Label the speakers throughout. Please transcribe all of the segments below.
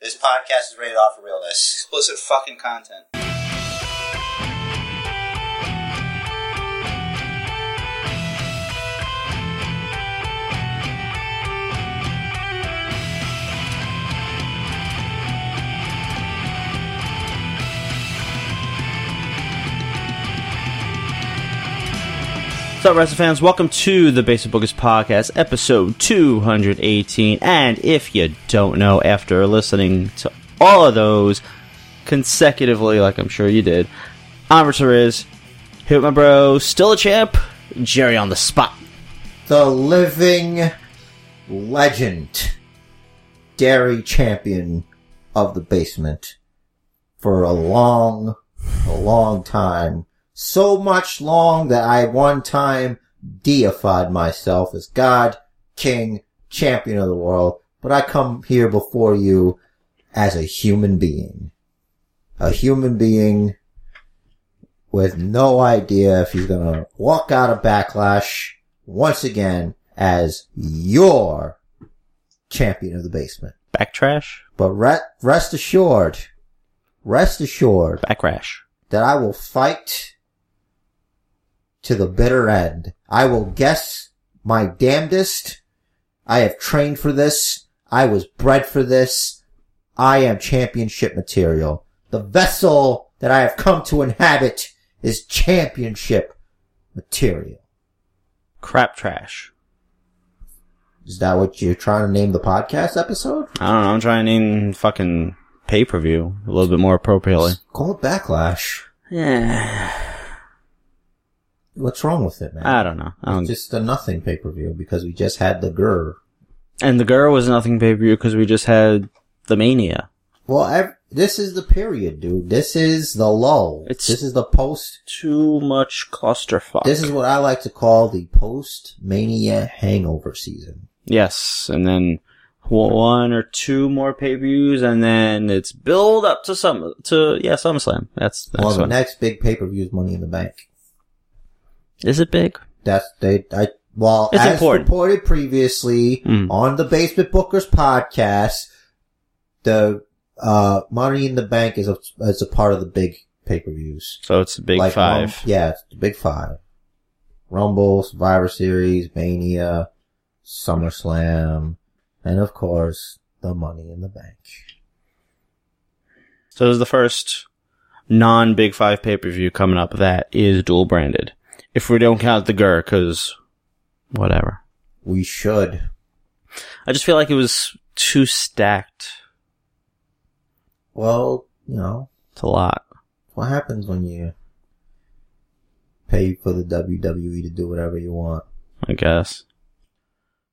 Speaker 1: This podcast is rated off for realness.
Speaker 2: Explicit fucking content.
Speaker 3: What's up, wrestling fans? Welcome to the Basic Bookers Podcast, episode 218. And if you don't know, after listening to all of those consecutively, like I'm sure you did, I'm Rich Riz, here with my bro, still a champ, Jerry on the spot.
Speaker 4: the living legend, dairy champion of the basement for a long, a long time. So much long that I one time deified myself as God, King, champion of the world, but I come here before you as a human being. A human being with no idea if he's gonna walk out of backlash once again as your champion of the basement.
Speaker 3: Backtrash?
Speaker 4: But re- rest assured, rest assured
Speaker 3: Backrash.
Speaker 4: that I will fight to the bitter end. I will guess my damnedest. I have trained for this. I was bred for this. I am championship material. The vessel that I have come to inhabit is championship material.
Speaker 3: Crap trash.
Speaker 4: Is that what you're trying to name the podcast episode?
Speaker 3: I don't know, I'm trying to name fucking pay per view a little bit more appropriately.
Speaker 4: Call it backlash.
Speaker 3: Yeah.
Speaker 4: What's wrong with it, man?
Speaker 3: I don't know. I don't
Speaker 4: It's just a nothing pay per view because we just had the Gurr.
Speaker 3: And the girl was nothing pay per view because we just had the mania.
Speaker 4: Well, ev- this is the period, dude. This is the lull.
Speaker 3: It's-
Speaker 4: this is the post.
Speaker 3: Too much clusterfuck.
Speaker 4: This is what I like to call the post mania hangover season.
Speaker 3: yes, and then one or two more pay per views, and then it's build up to some to yeah SummerSlam. That's that's
Speaker 4: well, the
Speaker 3: what-
Speaker 4: next big pay per view is Money in the Bank.
Speaker 3: is it big?
Speaker 4: That's they. I well,
Speaker 3: It's
Speaker 4: as
Speaker 3: important.
Speaker 4: reported previously
Speaker 3: Mm.
Speaker 4: on the Basement Bookers podcast, the uh, Money in the Bank is a is a part of the big pay per views.
Speaker 3: So it's a big
Speaker 4: Like,
Speaker 3: five.
Speaker 4: Rum- yeah, it's the big five. Rumble, Survivor Series, Mania, SummerSlam, and of course, the Money in the Bank.
Speaker 3: So this is the first non big five pay per view coming up that is dual branded. If we don't count the girl, because whatever.
Speaker 4: We should.
Speaker 3: I just feel like it was too stacked.
Speaker 4: Well, you know,
Speaker 3: It's a lot.
Speaker 4: what happens when you pay for the WWE to do whatever you want?
Speaker 3: I guess.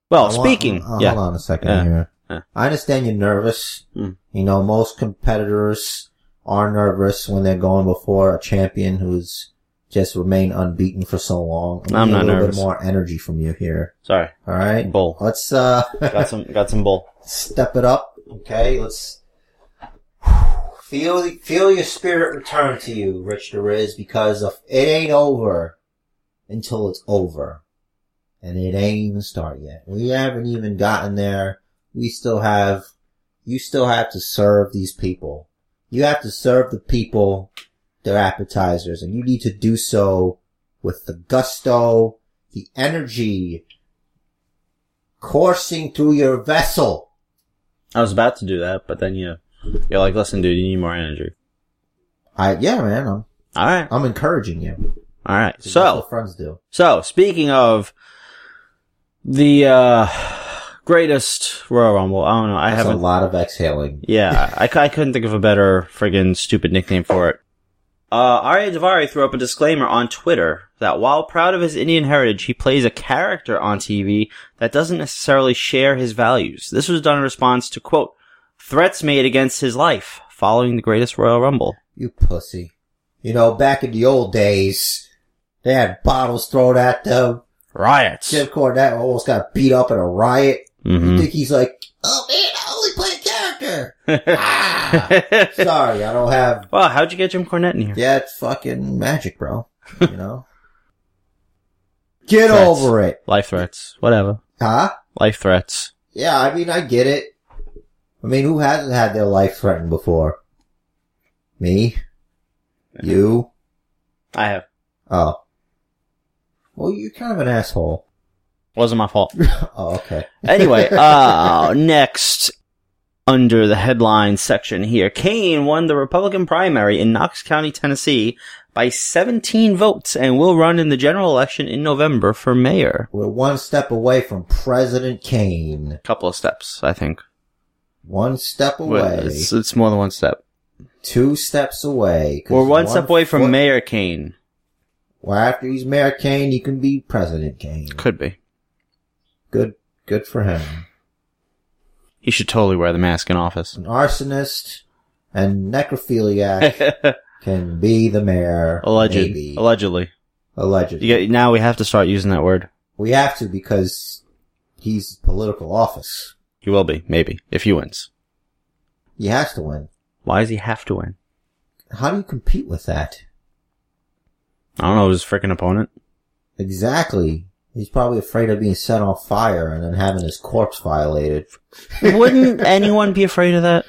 Speaker 3: Well,
Speaker 4: I want-
Speaker 3: Oh, speaking,
Speaker 4: uh,
Speaker 3: yeah,
Speaker 4: Hold on a second
Speaker 3: Yeah.
Speaker 4: here.
Speaker 3: Yeah.
Speaker 4: I understand you're nervous.
Speaker 3: Hmm.
Speaker 4: You know, most competitors are nervous when they're going before a champion who's just remained unbeaten for so long. I
Speaker 3: I'm
Speaker 4: need
Speaker 3: not
Speaker 4: a little
Speaker 3: nervous.
Speaker 4: Bit more energy from you here.
Speaker 3: sorry,
Speaker 4: All right,
Speaker 3: bull.
Speaker 4: let's uh
Speaker 3: Got some, got some bull.
Speaker 4: step it up. Okay, let's feel feel your spirit return to you, Rich Riz, because if it ain't over until it's over, and it ain't even started yet. We haven't even gotten there. We still have. You still have to serve these people. You have to serve the people their appetizers, and you need to do so with the gusto, the energy coursing through your vessel.
Speaker 3: I was about to do that, but then you, you're like, listen, dude, you need more energy.
Speaker 4: I yeah, man. I'm
Speaker 3: All right,
Speaker 4: I'm encouraging you.
Speaker 3: all right.
Speaker 4: That's
Speaker 3: So,
Speaker 4: what friends do.
Speaker 3: so speaking of the uh greatest Royal Rumble, I don't know. I
Speaker 4: That's a
Speaker 3: haven't.
Speaker 4: lot of exhaling.
Speaker 3: Yeah, I, I couldn't think of a better friggin' stupid nickname for it. Uh, Arya Davari threw up a disclaimer on Twitter that while proud of his Indian heritage, he plays a character on TV that doesn't necessarily share his values. This was done in response to, quote, threats made against his life following the greatest Royal Rumble.
Speaker 4: You pussy. You know, back in the old days, they had bottles thrown at them.
Speaker 3: Riots.
Speaker 4: Jim Cornette almost got beat up in a riot. You
Speaker 3: hmm
Speaker 4: think he's like, oh man, I only play a character. ah, sorry, I don't have.
Speaker 3: well, how'd you get Jim Cornette in here?
Speaker 4: Yeah, it's fucking magic, bro. You know. Get
Speaker 3: Threats.
Speaker 4: over it,
Speaker 3: Life threats. Whatever.
Speaker 4: huh?
Speaker 3: Life threats.
Speaker 4: Yeah, I mean, I get it. I mean, who hasn't had their life threatened before? Me? You?
Speaker 3: I have.
Speaker 4: Oh. Well, you're kind of an asshole.
Speaker 3: Wasn't my fault.
Speaker 4: Oh, okay.
Speaker 3: Anyway, uh, next under the headline section here, Kane won the Republican primary in Knox County, Tennessee by 17 votes and will run in the general election in November for mayor.
Speaker 4: We're one step away from President Kane.
Speaker 3: Couple of steps, I think.
Speaker 4: One step
Speaker 3: Well,
Speaker 4: away.
Speaker 3: It's, it's more than one step.
Speaker 4: Two steps away. 'Cause
Speaker 3: We're one, step away from
Speaker 4: foot-
Speaker 3: Mayor Kane.
Speaker 4: Well, after he's Mayor Kane, he can be President Kane.
Speaker 3: Could be.
Speaker 4: Good, good for him.
Speaker 3: He should totally wear the mask in office.
Speaker 4: An arsonist and necrophiliac can be the mayor.
Speaker 3: Alleged,
Speaker 4: Maybe.
Speaker 3: Allegedly.
Speaker 4: Alleged.
Speaker 3: You get- now we have to start using that word.
Speaker 4: We have to because he's political office.
Speaker 3: He will be, maybe, if he wins.
Speaker 4: He has to win.
Speaker 3: Why does he have to win?
Speaker 4: How do you compete with that?
Speaker 3: I don't know his freaking opponent.
Speaker 4: Exactly. He's probably afraid of being set on fire and then having his corpse violated.
Speaker 3: Wouldn't anyone be afraid of that?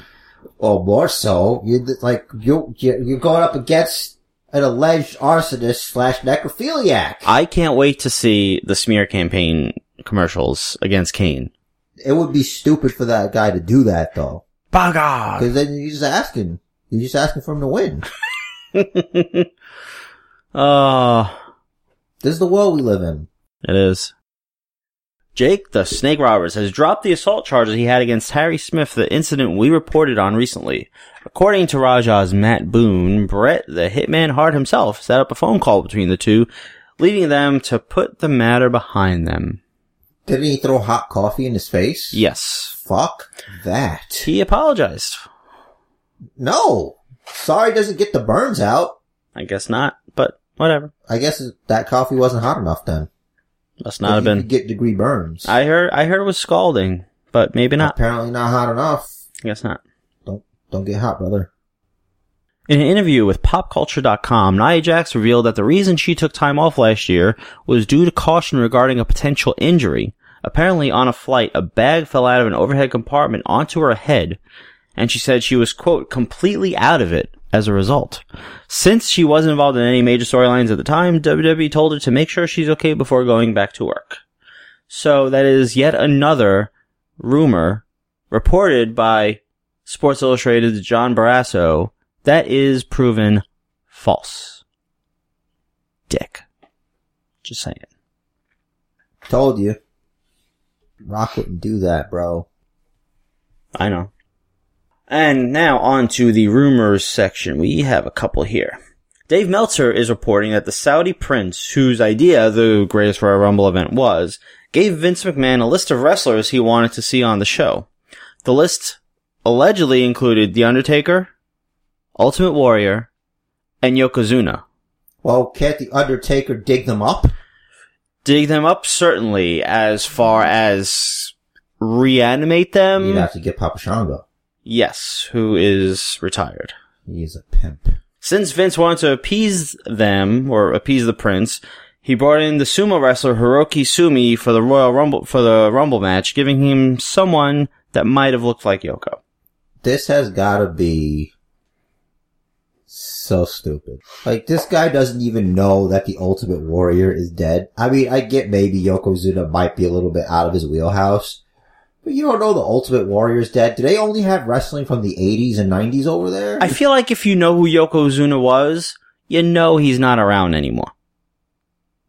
Speaker 4: Or Oh, more so, you like you you- you're going up against an alleged arsonist slash necrophiliac.
Speaker 3: I can't wait to see the smear campaign commercials against Kane.
Speaker 4: It would be stupid for that guy to do that though,
Speaker 3: Bogog!
Speaker 4: because then you're just asking. You're just asking for him to win.
Speaker 3: Oh,
Speaker 4: This is the world we live in.
Speaker 3: it is. Jake the Snake Roberts has dropped the assault charges he had against Harry Smith, the incident we reported on recently. According to Rajah's Matt Boone, Brett the Hitman Hart himself set up a phone call between the two, leading them to put the matter behind them.
Speaker 4: Didn't he throw hot coffee in his face?
Speaker 3: Yes.
Speaker 4: Fuck that.
Speaker 3: He apologized.
Speaker 4: No. Sorry doesn't get the burns out.
Speaker 3: I guess not, but whatever.
Speaker 4: I guess that coffee wasn't hot enough then.
Speaker 3: Must not have
Speaker 4: You
Speaker 3: been.
Speaker 4: could get degree burns.
Speaker 3: I heard I heard it was scalding, but maybe not.
Speaker 4: Apparently not hot enough.
Speaker 3: I guess not.
Speaker 4: Don't don't get hot, brother.
Speaker 3: In an intervia with PopCulture.com, Nia Jax revealed that the reason she took time off last year was due to caution regarding a potential injury. Apparently, on a flight, a bag fell out of an overhead compartment onto her head, and she said she was, quote, completely out of it as a result. Since she wasn't involved in any major storylines at the time, WWE told her to make sure she's okay before going back to work. So that is yet another rumor reported by Sports Illustrated's John Barrasso that is proven false. Dick. Just saying.
Speaker 4: Told you. Rock wouldn't do that, bro.
Speaker 3: I know. And now on to the rumors section. We have a couple here. Dave Meltzer is reporting that the Saudi prince, whose idea the Greatest Royal Rumble event was, gave Vince McMahon a list of wrestlers he wanted to see on the show. The list allegedly included The Undertaker, Ultimate Warrior, and Yokozuna.
Speaker 4: Well, can't the Undertaker dig them up?
Speaker 3: dig them up certainly as far as reanimate them
Speaker 4: You'd have to get Papa Shango.
Speaker 3: yes who is retired
Speaker 4: He's a pimp.
Speaker 3: since vince wanted to appease them or appease the prince he brought in the sumo wrestler hiroki sumi for the royal rumble for the rumble match giving him someone that might have looked like yoko
Speaker 4: This has gotta be so stupid. Like, this guy doesn't even know that the Ultimate Warrior is dead. I mean, I get maybe Yokozuna might be a little bit out of his wheelhouse, but you don't know the Ultimate Warrior is dead. Do they only have wrestling from the 80s and 90s over there?
Speaker 3: i feel like if you know who yokozuna was you know he's not around anymore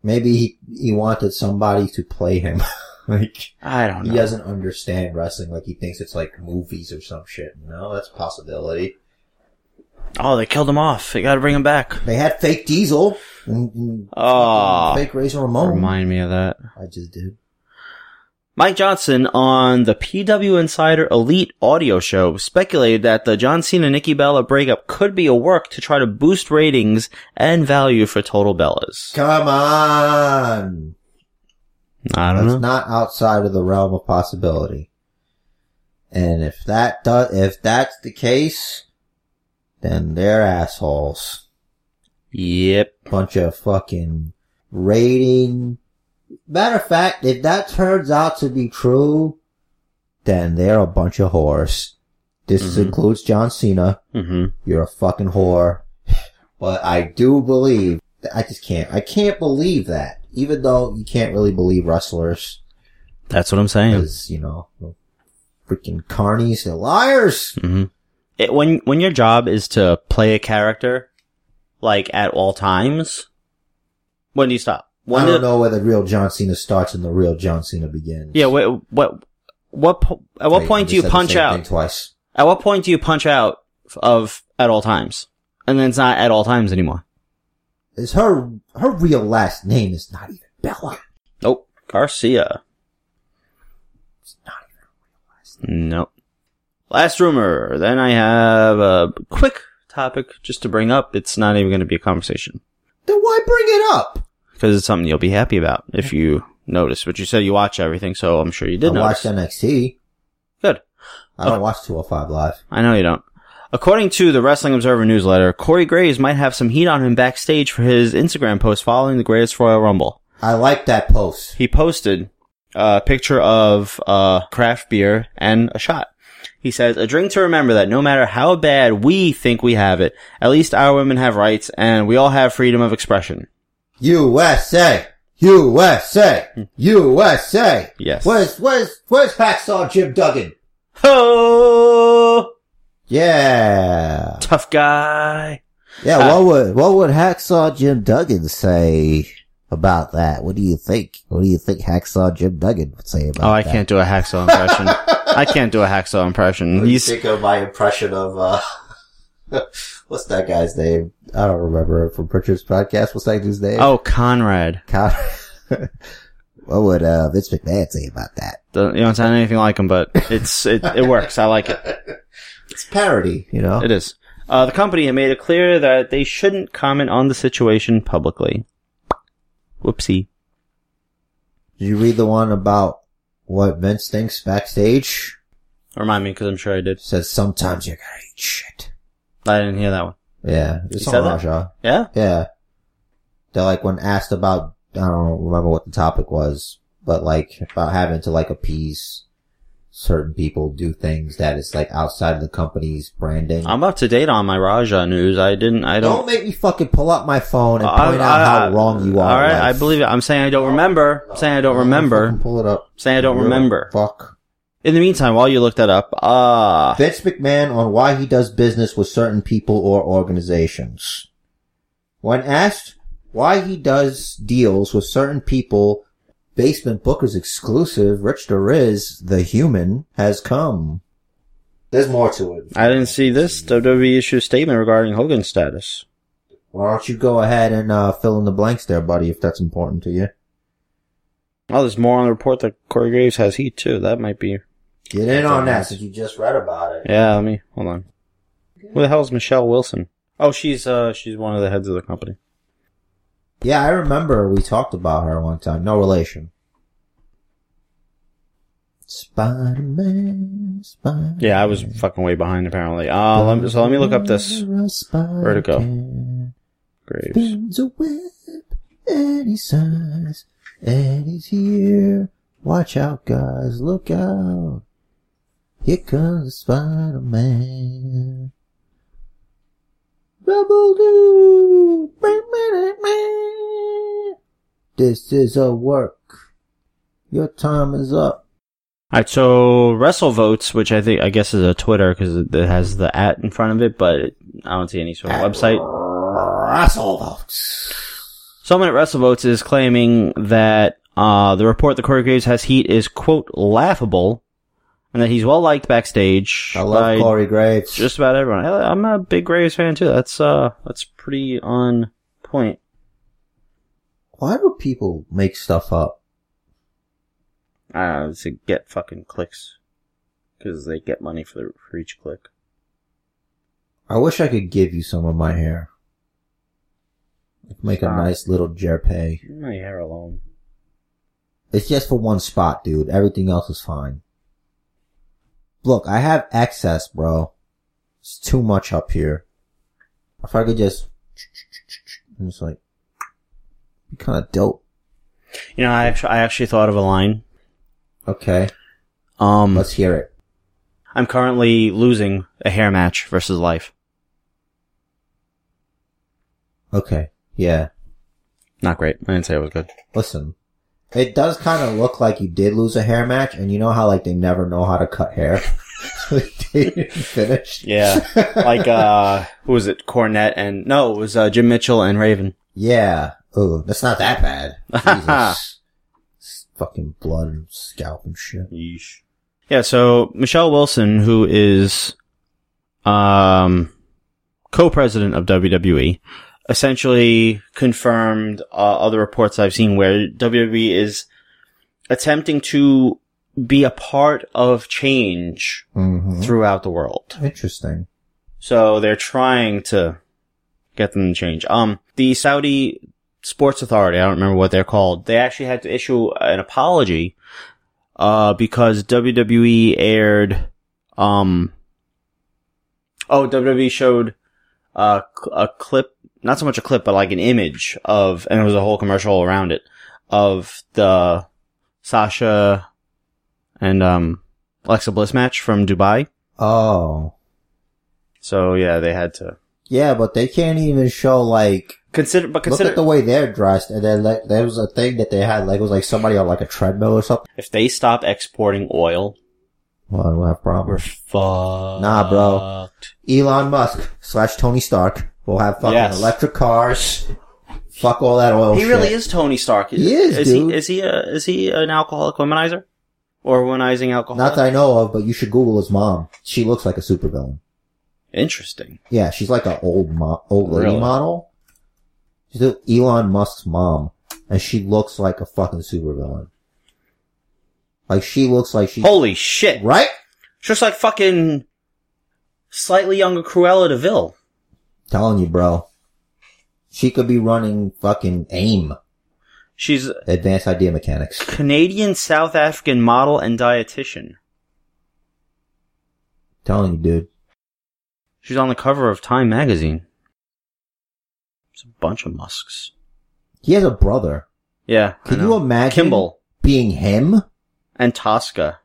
Speaker 4: maybe he, he wanted somebody to play him. like,
Speaker 3: i don't
Speaker 4: he
Speaker 3: know
Speaker 4: doesn't understand wrestling. Like, he thinks it's like movies or some shit. No, that's a possibility.
Speaker 3: oh they killed him off they gotta bring him back
Speaker 4: They had fake Diesel and, and
Speaker 3: oh
Speaker 4: fake Razor Ramon.
Speaker 3: remind me of that
Speaker 4: I just did.
Speaker 3: Mike Johnson on the PW Insider Elite audio show speculated that the John Cena Nikki Bella breakup could be a work to try to boost ratings and value for Total Bellas.
Speaker 4: Come on.
Speaker 3: I don't know.
Speaker 4: That's not outside of the realm of possibility. And if that does, if that's the case, then they're assholes.
Speaker 3: yep.
Speaker 4: Bunch of fucking rating. Matter of fact, if that turns out to be true, then they're a bunch of whores. This includes John Cena.
Speaker 3: hmm
Speaker 4: You're a fucking whore. But I do believe, I just can't, I can't believe that. Even though you can't really believe wrestlers,
Speaker 3: That's what I'm saying.
Speaker 4: because, you know, freaking carnies, they're liars!
Speaker 3: Mm-hmm. It, when when your job is to play a character, like at all times, when do you stop? When
Speaker 4: I
Speaker 3: do-
Speaker 4: don't know where the real John Cena starts and the real John Cena begins.
Speaker 3: Yeah. What what what po- at what
Speaker 4: Wait, I
Speaker 3: point
Speaker 4: just
Speaker 3: do you
Speaker 4: said the
Speaker 3: punch
Speaker 4: same
Speaker 3: out?
Speaker 4: thing twice?
Speaker 3: At what point do you punch out f- of at all times? And then it's not at all times anymore.
Speaker 4: Is her her real last name is not even Bella?
Speaker 3: Nope. Garcia. Nope. Last rumor. Then I have a quick topic just to bring up. It's not even going to be a conversation
Speaker 4: Then why bring it up?
Speaker 3: because it's something you'll be happy about if you notice. But you said you watch everything, so I'm sure you did
Speaker 4: I
Speaker 3: notice.
Speaker 4: watched NXT.
Speaker 3: Good.
Speaker 4: I don't watch 205 Live.
Speaker 3: I know you don't. According to the Wrestling Observer newsletter, Corey Graves might have some heat on him backstage for his Instagram post following the Greatest Royal Rumble.
Speaker 4: I like that post.
Speaker 3: he posted a picture of uh, craft beer and a shot. He says, a drink to remember that no matter how bad we think we have it, at least our women have rights and we all have freedom of expression.
Speaker 4: USA, USA, USA.
Speaker 3: Yes.
Speaker 4: Where's where's where's Hacksaw Jim Duggan?
Speaker 3: Ho!
Speaker 4: Yeah,
Speaker 3: Tough guy.
Speaker 4: yeah.
Speaker 3: Uh,
Speaker 4: What would what would Hacksaw Jim Duggan say about that? What do you think? What do you think Hacksaw Jim Duggan would say about?
Speaker 3: Oh, I
Speaker 4: that?
Speaker 3: can't do a hacksaw impression. I can't do a hacksaw impression.
Speaker 4: What do you
Speaker 3: He's,
Speaker 4: think of my impression of uh what's that guy's name? I don't remember from Pritchard's podcast. What's that dude's name?
Speaker 3: oh, Conrad.
Speaker 4: Con- what would uh Vince McMahon say about that?
Speaker 3: Don't- You don't sound anything like him, but it's, it, it works. I like it.
Speaker 4: It's parody, you know.
Speaker 3: It is. Uh, the company had made it clear that they shouldn't comment on the situation publicly. Whoopsie.
Speaker 4: Did you read the one about what Vince thinks backstage?
Speaker 3: Remind me, because I'm sure I did.
Speaker 4: Says sometimes you gotta eat shit.
Speaker 3: I didn't hear that one.
Speaker 4: Yeah, it's
Speaker 3: said
Speaker 4: on
Speaker 3: that?
Speaker 4: Raja.
Speaker 3: Yeah?
Speaker 4: Yeah, they're like when asked about I don't remember what the topic was, but like about having to like appease certain people, do things that is like outside of the company's branding.
Speaker 3: I'm up to date on my Raja news. I didn't, I
Speaker 4: don't,
Speaker 3: don't.
Speaker 4: make me fucking pull up my phone and
Speaker 3: I-
Speaker 4: point
Speaker 3: I-
Speaker 4: out
Speaker 3: I-
Speaker 4: how wrong you are.
Speaker 3: Alright,
Speaker 4: Lex.
Speaker 3: I believe it. I'm saying I don't remember. I'm saying I don't
Speaker 4: Fucking
Speaker 3: remember.
Speaker 4: Pull it up.
Speaker 3: I'm saying I don't
Speaker 4: You
Speaker 3: remember.
Speaker 4: Fuck.
Speaker 3: In the meantime, while you look that up, ah.
Speaker 4: Vince McMahon on why he does business with certain people or organizations. When asked why he does deals with certain people, Basement Booker's exclusive, Rich DeRiz, the human, has come. There's more to it.
Speaker 3: I didn't see this WWE issue statement regarding Hogan's status.
Speaker 4: Why don't you go ahead and uh, fill in the blanks there, buddy, if that's important to you?
Speaker 3: Oh, there's more on the report that Corey Graves has heat too. That might be.
Speaker 4: Get in on that since you just read about it.
Speaker 3: Yeah, let me hold on. Who the hell is Michelle Wilson? Oh, she's uh, she's one of the heads of the company.
Speaker 4: Yeah, I remember we talked about her one time. No relation. Spider Man, Spider
Speaker 3: Yeah, I was fucking way behind apparently. Uh, let me, so let me look up this
Speaker 4: Where'd
Speaker 3: it go? Graves.
Speaker 4: a web, any size, and he's here. Watch out, guys! Look out! Here comes Spider Man. Double do. This is a work. Your time is up.
Speaker 3: All right, so WrestleVotes, which I think I guess is a Twitter because it it has the at in front of it, but it, I don't see any sort of website.
Speaker 4: Russell votes.
Speaker 3: Someone at WrestleVotes is claiming that uh, the report that Corey Graves has heat is quote laughable, and that he's well liked backstage.
Speaker 4: I love
Speaker 3: by
Speaker 4: Corey Graves.
Speaker 3: Just about everyone. I, I'm a big Graves fan too. That's uh, that's pretty on point.
Speaker 4: Why do people make stuff up?
Speaker 3: I don't know, it's uh, to get fucking clicks because they get money for the, for each click.
Speaker 4: I wish I could give you some of my hair. Make a
Speaker 3: Stop.
Speaker 4: nice little jerpe.
Speaker 3: My hair alone.
Speaker 4: It's just for one spot, dude. Everything else is fine. Look, I have excess, bro. It's too much up here. If I could just, I'm just like, be kind of dope.
Speaker 3: You know, I actually I actually thought of a line.
Speaker 4: Okay,
Speaker 3: Um,
Speaker 4: let's hear it.
Speaker 3: I'm currently losing a hair match versus life.
Speaker 4: Okay. Yeah.
Speaker 3: Not great. I didn't say it was good.
Speaker 4: Listen. It does kind of look like you did lose a hair match, and you know how like they never know how to cut hair. they didn't finish.
Speaker 3: Yeah. like, uh, who was it? Cornette and, no, it was, uh, Jim Mitchell and Raven.
Speaker 4: Yeah. Oh, that's not that bad. Jesus. It's fucking blood and scalp and shit.
Speaker 3: Yeesh. Yeah, so Michelle Wilson, who is, um, co-president of WWE, essentially confirmed uh, other reports I've seen where WWE is attempting to be a part of change
Speaker 4: hmm
Speaker 3: throughout the world.
Speaker 4: Interesting.
Speaker 3: So they're trying to get them to change. Um, the Saudi Sports Authority, I don't remember what they're called, they actually had to issue an apology, uh, because WWE aired, um, oh, WWE showed, uh, cl- a clip, not so much a clip, but like an image of, and it was a whole commercial around it, of the Sasha and, um, Alexa Bliss match from Dubai.
Speaker 4: Oh.
Speaker 3: So yeah, they had to
Speaker 4: Yeah, but they can't even show like
Speaker 3: Consider, but
Speaker 4: look
Speaker 3: consider
Speaker 4: at the way they're dressed, and then like there was a thing that they had like it was like somebody on like a treadmill or something.
Speaker 3: if they stop exporting oil,
Speaker 4: Well, we'll have
Speaker 3: we're
Speaker 4: problems.
Speaker 3: fucked.
Speaker 4: Nah, bro. Elon Musk slash Tony Stark will have fucking
Speaker 3: Yes.
Speaker 4: electric cars. Fuck all that oil.
Speaker 3: he really
Speaker 4: shit.
Speaker 3: is Tony Stark.
Speaker 4: He is,
Speaker 3: Is
Speaker 4: dude.
Speaker 3: he? Is he? A, is he an alcoholic womanizer or womanizing alcohol?
Speaker 4: Not that I know of, but you should Google his mom. She looks like a supervillain.
Speaker 3: Interesting.
Speaker 4: Yeah, she's like an old mo- old lady
Speaker 3: Really?
Speaker 4: model. She's Elon Musk's mom, and she looks like a fucking supervillain. Like she looks like she
Speaker 3: Holy shit!
Speaker 4: right.
Speaker 3: Just like fucking slightly younger Cruella Deville.
Speaker 4: Telling you, bro. She could be running fucking AIM,
Speaker 3: She's
Speaker 4: Advanced Idea Mechanics.
Speaker 3: Canadian South African model and dietitian.
Speaker 4: Telling you, dude.
Speaker 3: She's on the cover of Time magazine. It's a bunch of musks.
Speaker 4: He has a brother.
Speaker 3: Yeah. I
Speaker 4: Can
Speaker 3: know.
Speaker 4: you imagine
Speaker 3: Kimball
Speaker 4: being him?
Speaker 3: and Tosca?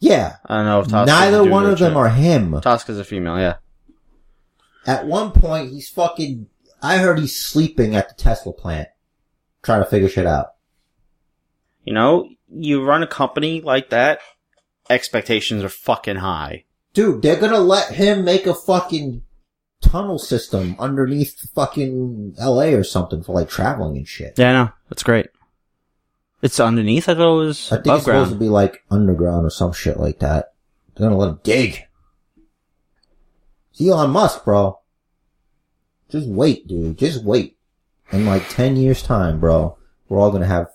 Speaker 4: Yeah.
Speaker 3: I don't know if Tosca's a
Speaker 4: Neither
Speaker 3: dude
Speaker 4: one
Speaker 3: or a
Speaker 4: of them
Speaker 3: chick.
Speaker 4: are him.
Speaker 3: Tosca's a female, yeah.
Speaker 4: At one point, he's fucking. I heard he's sleeping at the Tesla plant, trying to figure shit out.
Speaker 3: You know, you run a company like that, expectations are fucking high.
Speaker 4: Dude, they're gonna let him make a fucking tunnel system underneath fucking LA or something for like traveling and shit.
Speaker 3: Yeah, I know. That's great. It's underneath. I thought it was
Speaker 4: I think
Speaker 3: above
Speaker 4: it's supposed to
Speaker 3: ground.
Speaker 4: be like underground or some shit like that. They're gonna let him dig. It's Elon Musk, bro. Just wait, dude. Just wait. In like 10 years time, bro, we're all gonna have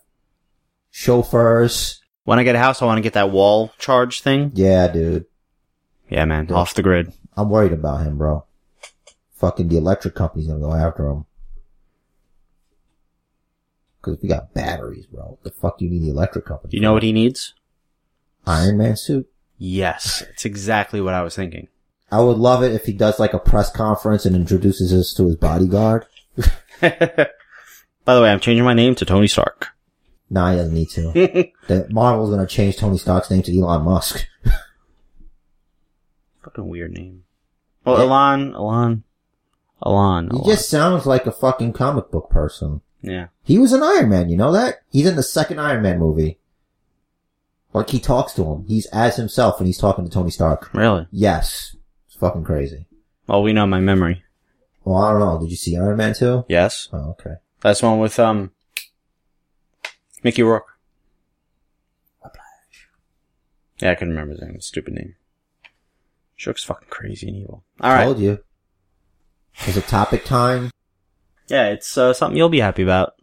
Speaker 4: chauffeurs.
Speaker 3: When I get a house, I want to get that wall charge thing.
Speaker 4: Yeah, dude.
Speaker 3: Yeah, man.
Speaker 4: Yeah.
Speaker 3: Off the grid.
Speaker 4: I'm worried about him, bro. Fucking the electric company's gonna go after him. Cause we got batteries, bro. What the fuck do you need the electric company?
Speaker 3: Do you know what he needs?
Speaker 4: Iron Man suit?
Speaker 3: Yes. It's exactly what I was thinking.
Speaker 4: I would love it if he does like a press conference and introduces us to his bodyguard.
Speaker 3: By the way, I'm changing my name to Tony Stark.
Speaker 4: Nah, he doesn't need to. that Marvel's gonna change Tony Stark's name to Elon Musk.
Speaker 3: Fucking weird name. Well, Elon, Elon, Elon,
Speaker 4: He
Speaker 3: Elon.
Speaker 4: just sounds like a fucking comic book person.
Speaker 3: yeah.
Speaker 4: He was an Iron Man, you know that? He's in the second Iron Man movie. Like he talks to him. He's as himself and he's talking to Tony Stark.
Speaker 3: Really?
Speaker 4: Yes. It's fucking crazy.
Speaker 3: Well, we know my memory.
Speaker 4: Well, I don't know. Did you see Iron Man 2?
Speaker 3: Yes.
Speaker 4: Oh, okay.
Speaker 3: That's one with um Mickey Rourke. Yeah, I couldn't remember his name. Stupid name. Shook's fucking crazy and evil. All right.
Speaker 4: Told you. Is it topic time?
Speaker 3: Yeah, it's uh, something you'll be happy about.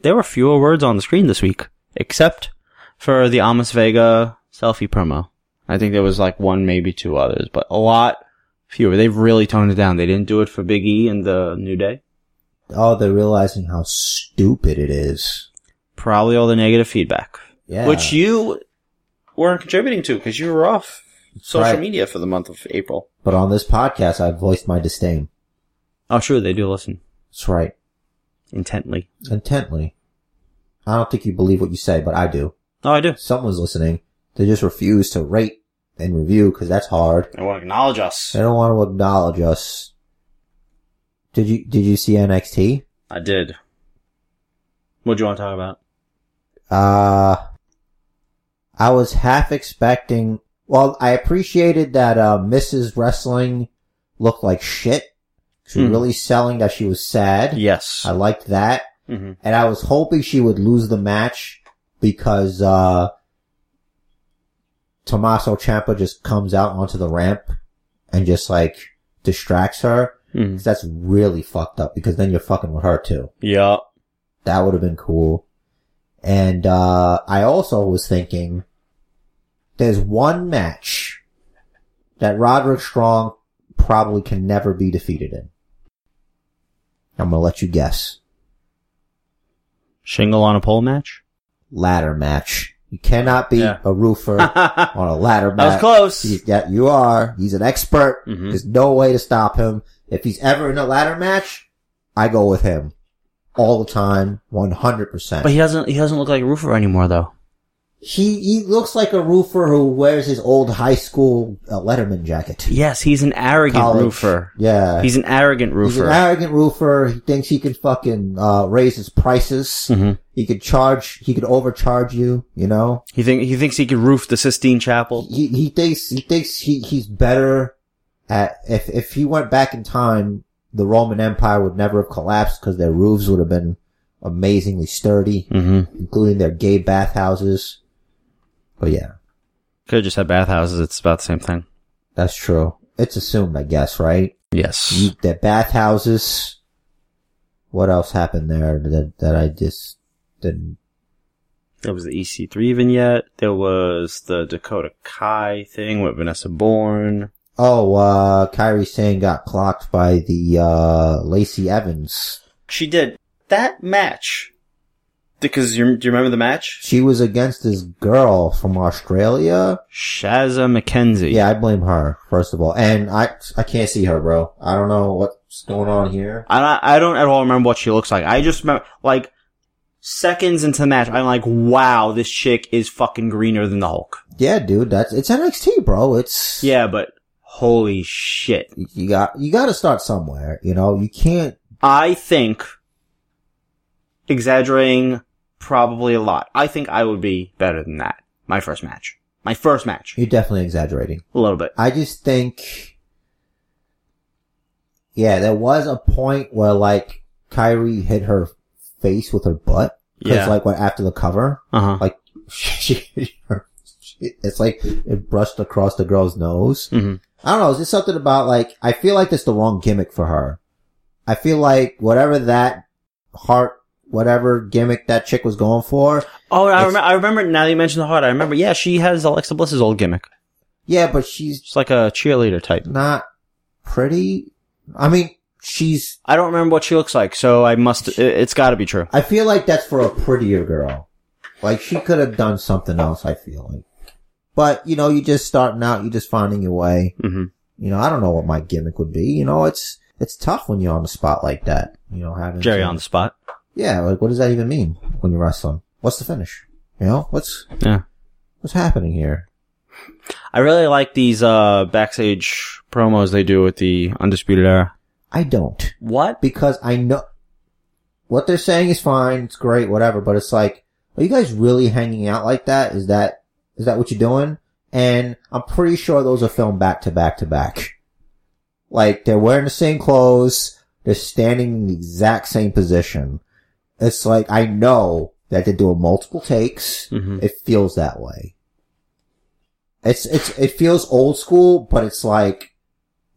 Speaker 3: There were fewer words on the screen this week, except for the Amos Vega selfie promo. I think there was like one, maybe two others, but a lot fewer. They've really toned it down. They didn't do it for Big E and the New Day.
Speaker 4: Oh, they're realizing how stupid it is.
Speaker 3: Probably all the negative feedback.
Speaker 4: Yeah.
Speaker 3: which you weren't contributing to because you were off social
Speaker 4: Right.
Speaker 3: media for the month of April.
Speaker 4: But on this podcast, I voiced my disdain.
Speaker 3: Oh, sure, they do listen
Speaker 4: That's right.
Speaker 3: intently.
Speaker 4: Intently. I don't think you believe what you say, but I do.
Speaker 3: Oh, I do.
Speaker 4: Someone's listening. They just refuse to rate and review because that's hard.
Speaker 3: They won't acknowledge us.
Speaker 4: They don't want to acknowledge us. Did you did you see NXT?
Speaker 3: I did. What do you want to talk about?
Speaker 4: Uh I was half expecting well, I appreciated that uh Mrs. Wrestling looked like shit. She was
Speaker 3: Hmm.
Speaker 4: really selling that she was sad.
Speaker 3: Yes.
Speaker 4: I liked that.
Speaker 3: hmm
Speaker 4: And I was hoping she would lose the match because uh Tommaso Ciampa just comes out onto the ramp and just like distracts her.
Speaker 3: hmm
Speaker 4: 'Cause That's really fucked up because then you're fucking with her too.
Speaker 3: Yeah.
Speaker 4: That would have been cool. And uh I also was thinking there's one match that Roderick Strong probably can never be defeated in. I'm gonna let you guess.
Speaker 3: Shingle on a pole match?
Speaker 4: ladder match. You cannot beat
Speaker 3: Yeah.
Speaker 4: a roofer
Speaker 3: I
Speaker 4: on a ladder
Speaker 3: was
Speaker 4: match.
Speaker 3: close.
Speaker 4: He- yeah, you are. He's an expert.
Speaker 3: Mhm.
Speaker 4: There's no way to stop him. If he's ever in a ladder match, I go with him all the time, 100%.
Speaker 3: But he doesn't he doesn't look like a roofer anymore though.
Speaker 4: he he looks like a roofer who wears his old high school uh, Letterman jacket.
Speaker 3: Yes, he's an arrogant
Speaker 4: College.
Speaker 3: roofer.
Speaker 4: Yeah.
Speaker 3: He's an arrogant
Speaker 4: He's an
Speaker 3: roofer.
Speaker 4: arrogant roofer. He thinks he can fucking uh, raise his prices.
Speaker 3: Mhm.
Speaker 4: He could charge. He could overcharge you. You know.
Speaker 3: He think he thinks he could roof the Sistine Chapel.
Speaker 4: he, he thinks he thinks he, he's better at if if he went back in time, the Roman Empire would never have collapsed because their roofs would have been amazingly sturdy,
Speaker 3: Mm-hmm.
Speaker 4: including their gay bathhouses. But yeah,
Speaker 3: Could have just had bathhouses. It's about the same thing.
Speaker 4: that's true. It's assumed, I guess, right?
Speaker 3: Yes.
Speaker 4: You, their bathhouses. What else happened there that that I just didn't?
Speaker 3: There was the E EC3 vignette. There was the Dakota Kai thing with Vanessa Bourne.
Speaker 4: Oh, uh, Kyrie Sane got clocked by the uh Lacey Evans.
Speaker 3: She did that match. Because you, do you remember the match?
Speaker 4: She was against this girl from Australia.
Speaker 3: Shaza McKenzie.
Speaker 4: Yeah, I blame her first of all, and I I can't see her, bro. I don't know what's going on here.
Speaker 3: I don't, I don't at all remember what she looks like. I just remember, like, seconds into the match, I'm like, wow, this chick is fucking greener than the Hulk.
Speaker 4: Yeah, dude, that's it's NXT, bro. It's
Speaker 3: Yeah, but holy shit.
Speaker 4: You got you got to start somewhere. You know, you can't.
Speaker 3: I think, exaggerating probably a lot, I think I would be better than that. My first match. My first match.
Speaker 4: You're definitely exaggerating.
Speaker 3: A little bit.
Speaker 4: I just think, yeah, there was a point where like Kyrie hit her face with her butt. 'Cause,
Speaker 3: Yeah.
Speaker 4: like what after the cover,
Speaker 3: Uh huh.
Speaker 4: like she, it's like it brushed across the girl's nose.
Speaker 3: hmm
Speaker 4: I don't know. Is this something about like I feel like that's the wrong gimmick for her. I feel like whatever that heart, whatever gimmick that chick was going for.
Speaker 3: Oh, I,
Speaker 4: It's-
Speaker 3: remember. I remember now that you mentioned the heart. I remember. Yeah, she has Alexa Bliss's old gimmick.
Speaker 4: Yeah, but she's
Speaker 3: She's like a cheerleader type.
Speaker 4: not pretty. I mean, she's.
Speaker 3: I don't remember what she looks like, so I must. It, it's got to be true.
Speaker 4: I feel like that's for a prettier girl. Like she could have done something else. I feel like, but you know, you just starting out. You're just finding your way.
Speaker 3: Mm-hmm.
Speaker 4: You know, I don't know what my gimmick would be. You know, it's it's tough when you're on the spot like that. You know, having
Speaker 3: Jerry
Speaker 4: to-
Speaker 3: on the spot.
Speaker 4: Yeah, like what does that even mean when you're wrestling? What's the finish? You know, what's
Speaker 3: Yeah.
Speaker 4: what's happening here?
Speaker 3: I really like these uh backstage promos they do with the Undisputed Era.
Speaker 4: I don't
Speaker 3: What?
Speaker 4: because I know what they're saying is fine, it's great, whatever. But it's like, are you guys really hanging out like that? Is that is that what you're doing? And I'm pretty sure those are filmed back to back to back. Like they're wearing the same clothes, they're standing in the exact same position. It's like I know that they're doing multiple takes.
Speaker 3: hmm
Speaker 4: It feels that way. It's it's it feels old school, but it's like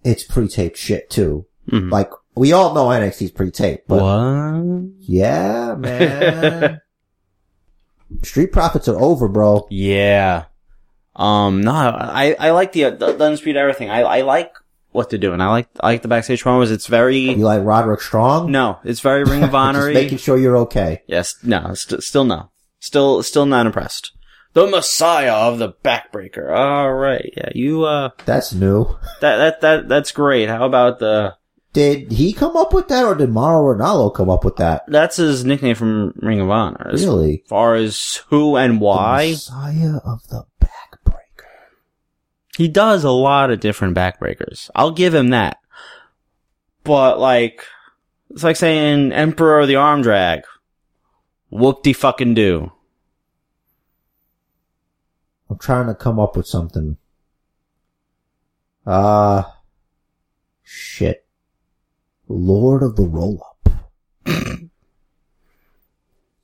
Speaker 4: it's pre-taped shit too.
Speaker 3: hmm
Speaker 4: Like we all know NXT's pre-taped, but
Speaker 3: what?
Speaker 4: yeah, man. Street profits are over, bro.
Speaker 3: Yeah. Um. No, I I like the uh, the, the Undisputed Era thing. I I like what they're doing. I like I like the backstage promos. It's
Speaker 4: You
Speaker 3: very
Speaker 4: like Roderick Strong?
Speaker 3: no. It's very Ring of Honor.
Speaker 4: Just making sure you're okay.
Speaker 3: Yes, no, st- still no. Still, still not impressed. The Messiah of the Backbreaker. All right, yeah, you, uh,
Speaker 4: That's new.
Speaker 3: that, that, that, that's great. How about the,
Speaker 4: Did he come up with that, or did Mauro Ronaldo come up with that?
Speaker 3: that's his nickname from Ring of Honor. As
Speaker 4: Really?
Speaker 3: far as who and
Speaker 4: The
Speaker 3: why,
Speaker 4: Messiah of the backbreaker.
Speaker 3: He does a lot of different backbreakers. I'll give him that. But like, it's like saying Emperor of the Arm Drag. Whoop de fucking do.
Speaker 4: I'm trying to come up with something. Uh, shit. Lord of the Roll Up.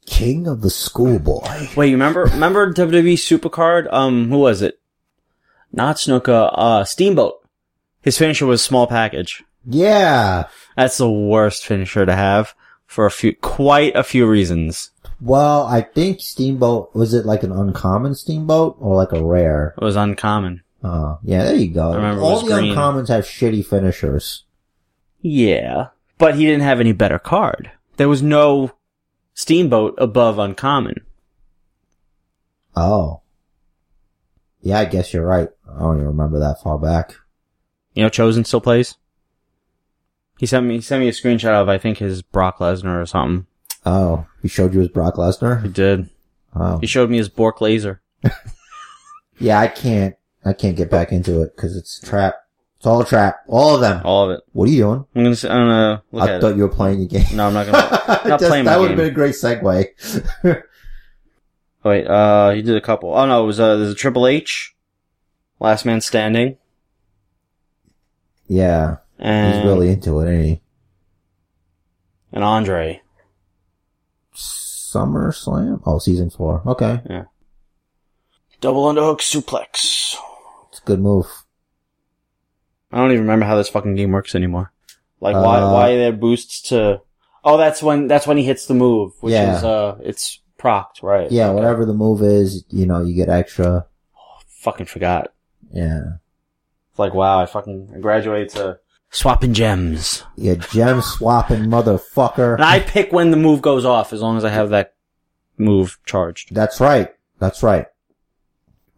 Speaker 4: King of the Schoolboy.
Speaker 3: Wait, you remember remember WWE Supercard? Um, who was it? Not Snuka. Uh, Steamboat. His finisher was small package.
Speaker 4: Yeah.
Speaker 3: That's the worst finisher to have for a few, quite a few reasons.
Speaker 4: Well, I think Steamboat, was it like an uncommon Steamboat or like a rare?
Speaker 3: It was uncommon.
Speaker 4: Oh, yeah, there you go.
Speaker 3: I remember it
Speaker 4: All
Speaker 3: was
Speaker 4: the
Speaker 3: green.
Speaker 4: uncommons have shitty finishers.
Speaker 3: Yeah, but he didn't have any better card. There was no Steamboat above uncommon.
Speaker 4: Oh. Yeah, I guess you're right. I don't even remember that far back.
Speaker 3: You know, Chosen still plays. He sent me he sent me a screenshot of I think his Brock Lesnar or something.
Speaker 4: Oh, he showed you his Brock
Speaker 3: He
Speaker 4: Lesnar?
Speaker 3: did.
Speaker 4: Oh.
Speaker 3: He showed me his Bork laser.
Speaker 4: Yeah, I can't, I can't get back into it because it's a trap. It's all a trap. All of them.
Speaker 3: All of it.
Speaker 4: What are you doing?
Speaker 3: I'm gonna s- I'm gonna look
Speaker 4: I
Speaker 3: at
Speaker 4: thought
Speaker 3: it.
Speaker 4: you were playing a game.
Speaker 3: No, I'm not gonna.
Speaker 4: Just-
Speaker 3: playing my
Speaker 4: that would have
Speaker 3: game.
Speaker 4: been a great segue.
Speaker 3: Wait, uh, he did a couple. Oh no, it was uh, there's a Triple H, Last Man Standing,
Speaker 4: yeah,
Speaker 3: and
Speaker 4: he's really into it, ain't he?
Speaker 3: and Andre.
Speaker 4: SummerSlam? Oh, season four. Okay.
Speaker 3: Double underhook suplex.
Speaker 4: It's a good move.
Speaker 3: I don't even remember how this fucking game works anymore. Like why
Speaker 4: Uh,
Speaker 3: why are there boosts to? Oh, that's when that's when he hits the move, which
Speaker 4: Yeah.
Speaker 3: is uh, it's procked, right?
Speaker 4: Yeah, whatever the move is, you know, you get extra.
Speaker 3: Fucking forgot.
Speaker 4: Yeah.
Speaker 3: It's like wow, I fucking I graduated to swapping gems.
Speaker 4: You gem swapping motherfucker.
Speaker 3: And I pick when the move goes off, as long as I have that move charged.
Speaker 4: That's right. That's right.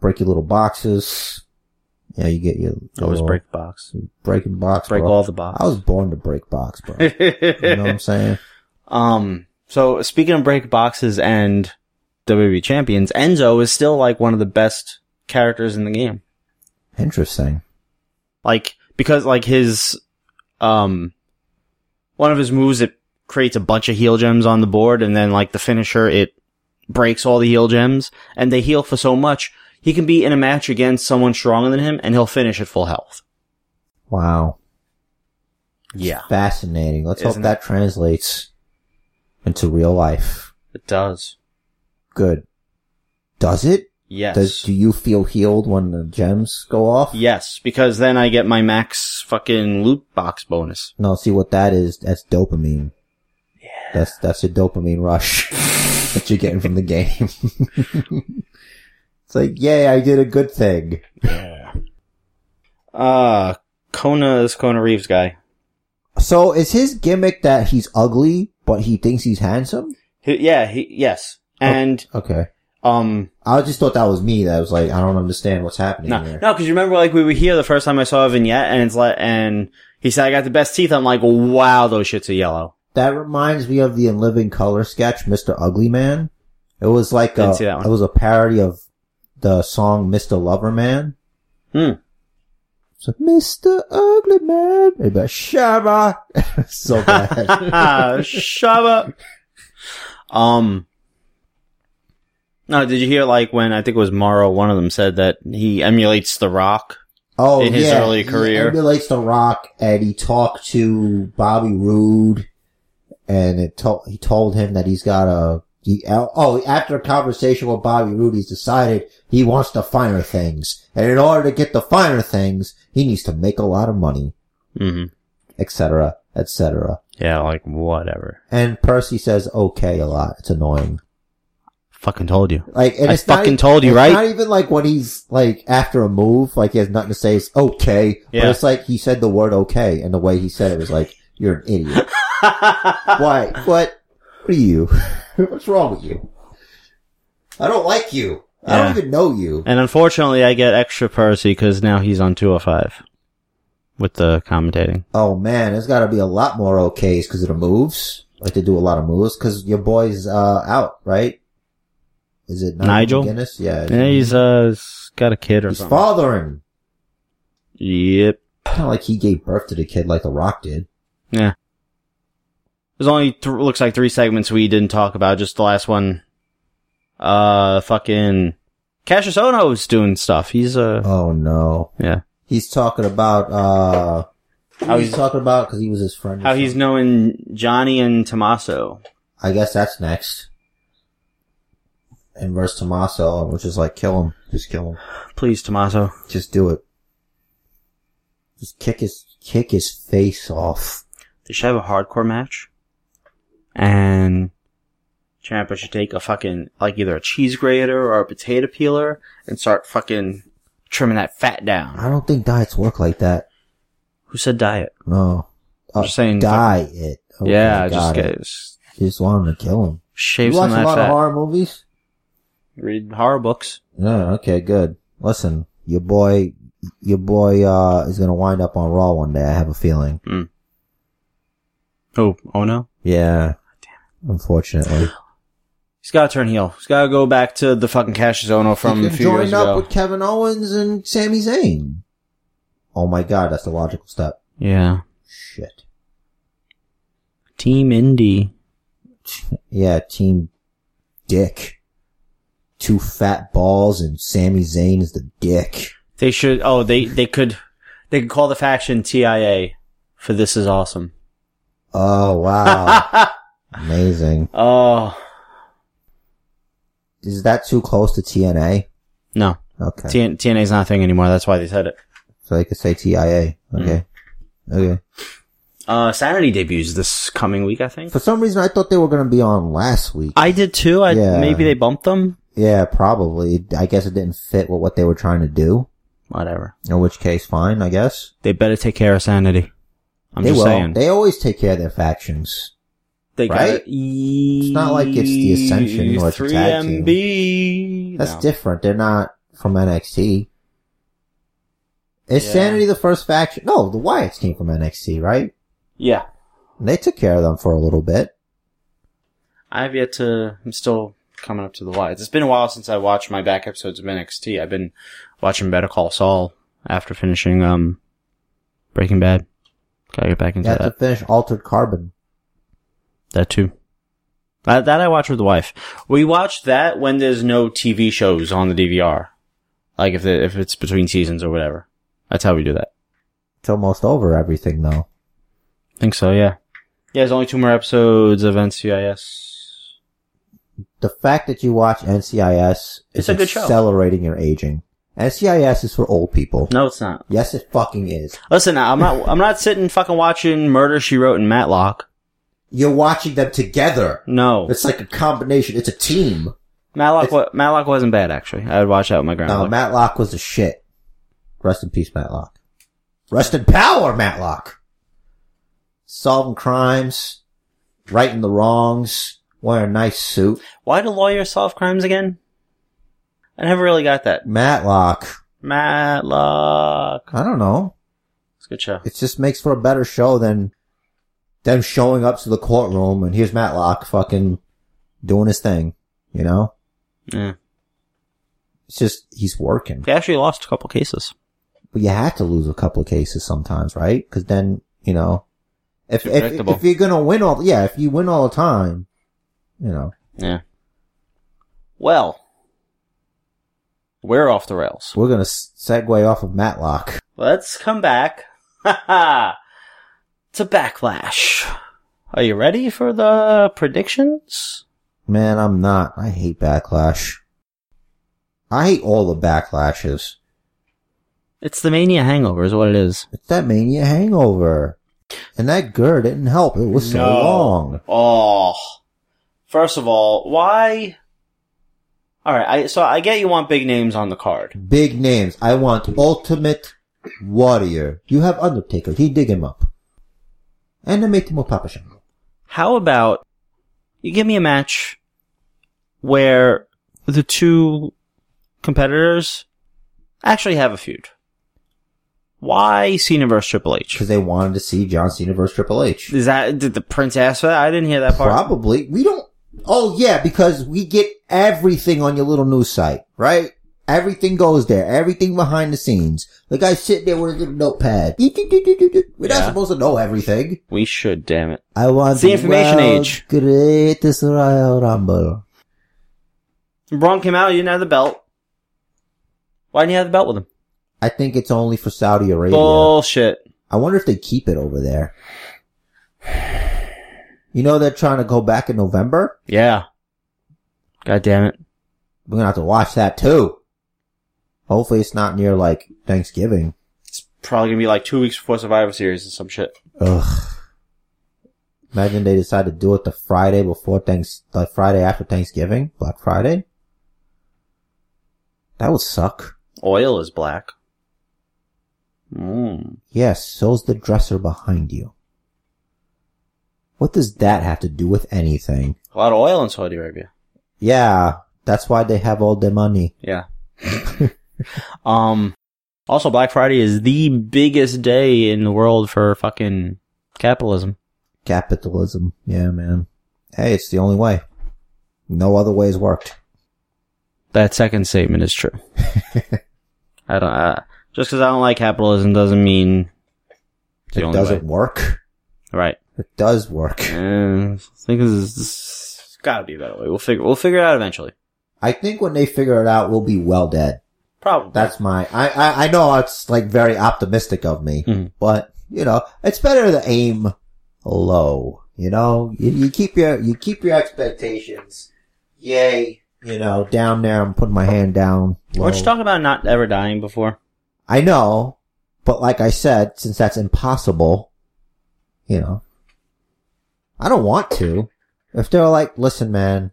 Speaker 4: Break your little boxes. Yeah, you get your
Speaker 3: Always
Speaker 4: little
Speaker 3: break the box.
Speaker 4: breaking box.
Speaker 3: Break
Speaker 4: bro.
Speaker 3: all the
Speaker 4: I was
Speaker 3: box.
Speaker 4: born to break box, bro. you know what I'm saying?
Speaker 3: Um, so speaking of break boxes and WWE champions, Enzo is still like one of the best characters in the game.
Speaker 4: Interesting.
Speaker 3: Like, because like his, um, one of his moves, it creates a bunch of heal gems on the board and then like the finisher, it breaks all the heal gems and they heal for so much. He can be in a match against someone stronger than him and he'll finish at full health.
Speaker 4: Wow.
Speaker 3: Yeah.
Speaker 4: Fascinating. Let's
Speaker 3: Isn't
Speaker 4: hope
Speaker 3: it?
Speaker 4: that translates into real life.
Speaker 3: It does.
Speaker 4: Good. Does it?
Speaker 3: Yes.
Speaker 4: Does do you feel healed when the gems go off?
Speaker 3: yes, because then I get my max fucking loot box bonus.
Speaker 4: No, see what that is. That's dopamine. Yeah. That's that's a dopamine rush that you're getting from the game. it's like, yay, I did a good thing.
Speaker 3: Yeah. Uh, Kona is Kona Reeves guy.
Speaker 4: So is his gimmick that he's ugly but he thinks he's handsome?
Speaker 3: He, yeah, he, yes. And,
Speaker 4: Okay.
Speaker 3: um,
Speaker 4: I just thought that was me. That was like, I don't understand what's happening
Speaker 3: no,
Speaker 4: here.
Speaker 3: no, cause you remember, like, we were here the first time I saw a vignette and it's like, and he said, I got the best teeth. I'm like, wow, those shits are yellow.
Speaker 4: That reminds me of the In Living Color sketch, Mr. Ugly Man. It was like
Speaker 3: Didn't
Speaker 4: a,
Speaker 3: see that one.
Speaker 4: it was a parody of the song Mr. Lover Man.
Speaker 3: Hmm.
Speaker 4: So Mr. Ugly Man, It'd be like, Shaba. so bad.
Speaker 3: Shut up. Um, no, did you hear, like, when I think it was Morrow, one of them said that he emulates The Rock?
Speaker 4: Oh
Speaker 3: In his
Speaker 4: yeah,
Speaker 3: early career.
Speaker 4: he emulates The Rock, and he talked to Bobby Roode, and it to- he told him that he's got a. He, oh, after a conversation with Bobby Roode, he's decided he wants the finer things, and in order to get the finer things, he needs to make a lot of money,
Speaker 3: Mm-hmm.
Speaker 4: etc., etc.
Speaker 3: Yeah, like, whatever.
Speaker 4: And Percy says "okay" a lot. It's annoying.
Speaker 3: Fucking told you.
Speaker 4: Like, and
Speaker 3: I
Speaker 4: it's not
Speaker 3: fucking
Speaker 4: e-
Speaker 3: told you,
Speaker 4: it's
Speaker 3: right?
Speaker 4: Not even like when he's like after a move, like he has nothing to say. It's okay,
Speaker 3: Yeah.
Speaker 4: but it's like he said the word "okay," and the way he said it was like, "You're an idiot. Why? What? What are you? What's wrong with you? I don't like you. I
Speaker 3: Yeah.
Speaker 4: don't even know you."
Speaker 3: And unfortunately, I get extra Percy because now he's on 205 with the commentating.
Speaker 4: Oh man, there's got to be a lot more okays because of the moves. Like they do a lot of moves because your boy's uh out, right? Is it
Speaker 3: Nigel?
Speaker 4: Guinness? Yeah,
Speaker 3: Yeah, he's uh he's got a kid or
Speaker 4: he's
Speaker 3: something.
Speaker 4: fathering.
Speaker 3: Yep.
Speaker 4: Not like he gave birth to the kid like The Rock did.
Speaker 3: Yeah. There's only th- looks like three segments we didn't talk about. Just the last one. Uh, fucking Cassius Ohno's doing stuff. He's uh,
Speaker 4: Oh no.
Speaker 3: yeah.
Speaker 4: He's talking about, uh, who
Speaker 3: How
Speaker 4: he's,
Speaker 3: he's-
Speaker 4: talking about because he was his friend. or
Speaker 3: How he's
Speaker 4: something.
Speaker 3: knowing Johnny and Tommaso.
Speaker 4: I guess that's next. And verse Tommaso, which is like, kill him. Just kill him.
Speaker 3: Please, Tommaso.
Speaker 4: Just do it. Just kick his, kick his face off.
Speaker 3: They should have a hardcore match. And Champa should take a fucking, like either a cheese grater or a potato peeler and start fucking trimming that fat down.
Speaker 4: I don't think diets work like that.
Speaker 3: Who said diet?
Speaker 4: No.
Speaker 3: I'm
Speaker 4: Uh,
Speaker 3: just saying-
Speaker 4: Die it. Okay,
Speaker 3: yeah, just
Speaker 4: got it.
Speaker 3: guys.
Speaker 4: Just want him to kill him.
Speaker 3: Shave
Speaker 4: you watch
Speaker 3: some of
Speaker 4: a
Speaker 3: that
Speaker 4: lot
Speaker 3: fat.
Speaker 4: of horror movies?
Speaker 3: Read horror books.
Speaker 4: Yeah, okay, good. Listen, your boy, your boy, uh, is gonna wind up on Raw one day, I have a feeling.
Speaker 3: Oh, oh no.
Speaker 4: Yeah. Unfortunately.
Speaker 3: He's gotta turn heel. He's gotta go back to the fucking Cassius Ono from
Speaker 4: He
Speaker 3: a
Speaker 4: can
Speaker 3: few
Speaker 4: join
Speaker 3: years
Speaker 4: up
Speaker 3: ago.
Speaker 4: with Kevin Owens and Sami Zayn. Oh my god, that's the logical step.
Speaker 3: yeah.
Speaker 4: Shit.
Speaker 3: Team Indie.
Speaker 4: Yeah, Team Dick. Two fat balls and Sami Zayn is the dick.
Speaker 3: They should, oh, they, they could, they could call the faction TIA for This Is Awesome.
Speaker 4: Oh wow. Amazing.
Speaker 3: Oh,
Speaker 4: Is that too close to TNA?
Speaker 3: no.
Speaker 4: Okay.
Speaker 3: TN- TNA's not a thing anymore. That's why they said it.
Speaker 4: so they could say TIA. Okay. Okay.
Speaker 3: Uh, Sanity debuts this coming week, I think.
Speaker 4: For some reason I thought they were gonna be on last week.
Speaker 3: I did too. I,
Speaker 4: Yeah.
Speaker 3: Maybe they bumped them.
Speaker 4: Yeah, probably. I guess it didn't fit with what they were trying to do.
Speaker 3: Whatever.
Speaker 4: In which case, fine, I guess.
Speaker 3: They better take care of Sanity. I'm
Speaker 4: they
Speaker 3: just
Speaker 4: will.
Speaker 3: saying.
Speaker 4: They always take care of their factions.
Speaker 3: They E
Speaker 4: Right?
Speaker 3: It's
Speaker 4: not like it's the Ascension or it's a tag team.
Speaker 3: 3MB.
Speaker 4: That's
Speaker 3: No.
Speaker 4: different. They're not from NXT. Is
Speaker 3: Yeah.
Speaker 4: Sanity the first faction? No, the Wyatts came from NXT, right?
Speaker 3: Yeah.
Speaker 4: And They took care of them for a little bit.
Speaker 3: I've yet to. I'm still coming up to the lights. It's been a while since I watched my back episodes of NXT. I've been watching Better Call Saul after finishing um Breaking Bad. Gotta get back
Speaker 4: You
Speaker 3: into
Speaker 4: have to
Speaker 3: that.
Speaker 4: finish Altered Carbon.
Speaker 3: That too. That, that I watch with the wife. We watch that when there's no TV shows on the DVR, like if the, if it's between seasons or whatever. That's how we do that.
Speaker 4: It's almost over everything though.
Speaker 3: think so. Yeah. Yeah. There's only two more episodes of NCIS.
Speaker 4: The fact that you watch NCIS
Speaker 3: It's
Speaker 4: is
Speaker 3: a good show.
Speaker 4: accelerating your aging. NCIS is for old people.
Speaker 3: No, it's not.
Speaker 4: Yes, it fucking is.
Speaker 3: Listen, I'm not. I'm not sitting fucking watching Murder She Wrote and Matlock.
Speaker 4: You're watching them together.
Speaker 3: No,
Speaker 4: It's like a combination. It's a team.
Speaker 3: Matlock. Wa- Matlock wasn't bad actually. I would watch that with my grandma.
Speaker 4: No, Matlock was a shit. Rest in peace, Matlock. Rest in power, Matlock. Solving crimes, righting the wrongs, wearing a nice suit.
Speaker 3: Why do lawyers solve crimes again? I never really got that.
Speaker 4: Matlock.
Speaker 3: Matlock.
Speaker 4: I don't know.
Speaker 3: It's a good show.
Speaker 4: It just makes for a better show than them showing up to the courtroom and here's Matlock fucking doing his thing. You know?
Speaker 3: Yeah.
Speaker 4: It's just, he's working.
Speaker 3: They actually lost a couple cases.
Speaker 4: But you have to lose a couple of cases sometimes, right? Because then you know, if
Speaker 3: It's
Speaker 4: if,
Speaker 3: predictable.
Speaker 4: if you're gonna win all, yeah, if you win all the time, you know,
Speaker 3: Yeah. Well, we're off the rails.
Speaker 4: we're gonna s- segue off of Matlock.
Speaker 3: Let's come back. to backlash. Are you ready for the predictions?
Speaker 4: Man, I'm not. I hate backlash. I hate all the backlashes.
Speaker 3: It's the mania hangover, is what it is.
Speaker 4: It's that mania hangover, and that girl didn't help. It was so
Speaker 3: No.
Speaker 4: long.
Speaker 3: Oh, first of all, why? All right, I so I get you want big names on the card.
Speaker 4: Big names. I want Ultimate Warrior. You have Undertaker. He dig him up, and I make him a Papa Shango.
Speaker 3: How about you give me a match where the two competitors actually have a feud? Why Cena versus Triple H?
Speaker 4: because they wanted to see John Cena versus Triple H.
Speaker 3: Is that did the Prince ask for that? I didn't hear that part.
Speaker 4: Probably. We don't. Oh yeah, because we get everything on your little news site, right? Everything goes there. Everything behind the scenes. The guy sitting there with a little notepad. We're not
Speaker 3: Yeah.
Speaker 4: supposed to know everything.
Speaker 3: We should, damn it.
Speaker 4: I want
Speaker 3: It's the information
Speaker 4: world's
Speaker 3: age.
Speaker 4: Greatest Royal Rumble.
Speaker 3: Braun came out, he didn't have the belt. Why didn't he have the belt with him?
Speaker 4: I think it's only for Saudi Arabia.
Speaker 3: Bullshit.
Speaker 4: I wonder if they keep it over there. You know they're trying to go back in November.
Speaker 3: Yeah. God damn it.
Speaker 4: We're gonna have to watch that too. Hopefully it's not near like Thanksgiving.
Speaker 3: It's probably gonna be like two weeks before Survivor Series and some shit.
Speaker 4: Ugh. Imagine they decide to do it the Friday before thanks, the Friday after Thanksgiving, Black Friday. That would suck.
Speaker 3: Oil is black. Mm.
Speaker 4: Yes, so's the dresser behind you. What does that have to do with anything?
Speaker 3: A lot of oil in Saudi Arabia.
Speaker 4: Yeah, that's why they have all their money.
Speaker 3: Yeah. um. Also, Black Friday is the biggest day in the world for fucking capitalism.
Speaker 4: Capitalism. Yeah, man. Hey, it's the only way. No other way has worked.
Speaker 3: That second statement is true. I don't. Uh, just because I don't like capitalism doesn't mean it's the
Speaker 4: it
Speaker 3: only
Speaker 4: doesn't
Speaker 3: way.
Speaker 4: work.
Speaker 3: Right.
Speaker 4: It does work.
Speaker 3: Uh, I think this is- this has got to be a better way. We'll figure. We'll figure it out eventually.
Speaker 4: I think when they figure it out, we'll be well dead.
Speaker 3: Probably.
Speaker 4: That's my, I, I, I know it's like very optimistic of me,
Speaker 3: Mhm.
Speaker 4: but you know, it's better to aim low. You know, you, you keep your, you keep your expectations. Yay. You know, down there, I'm putting my hand down.
Speaker 3: Weren't you
Speaker 4: low.
Speaker 3: talking about not ever dying before?
Speaker 4: I know, but like I said, since that's impossible, you know, I don't want to. If they're like, listen, man,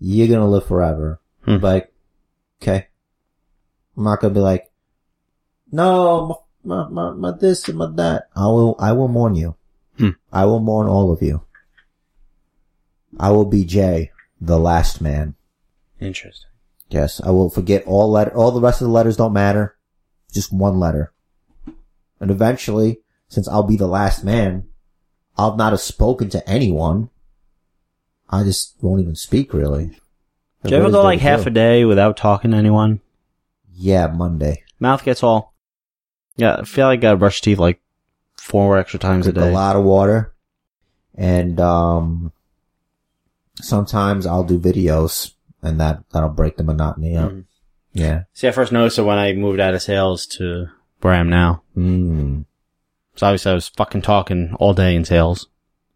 Speaker 4: you're gonna live forever.
Speaker 3: Hmm.
Speaker 4: Like, okay. I'm not gonna be like, no, my, my, my, my this and my that. I will, I will mourn you.
Speaker 3: Hmm.
Speaker 4: I will mourn all of you. I will be Jay, the last man.
Speaker 3: Interesting.
Speaker 4: Yes, I will forget all letter. All the rest of the letters don't matter. Just one letter. And eventually, since I'll be the last man, I'll not have spoken to anyone. I just won't even speak really.
Speaker 3: Do you ever go like half a day without talking to anyone?
Speaker 4: Yeah, Monday.
Speaker 3: Mouth gets all. Yeah, I feel like I gotta brush teeth like four extra times a
Speaker 4: Drink a
Speaker 3: day.
Speaker 4: lot of water, and um, sometimes I'll do videos, and that that'll break the monotony up.
Speaker 3: Mm.
Speaker 4: Yeah.
Speaker 3: See, I first noticed it when I moved out of sales to where I am now.
Speaker 4: Mm.
Speaker 3: So obviously I was fucking talking all day in sales.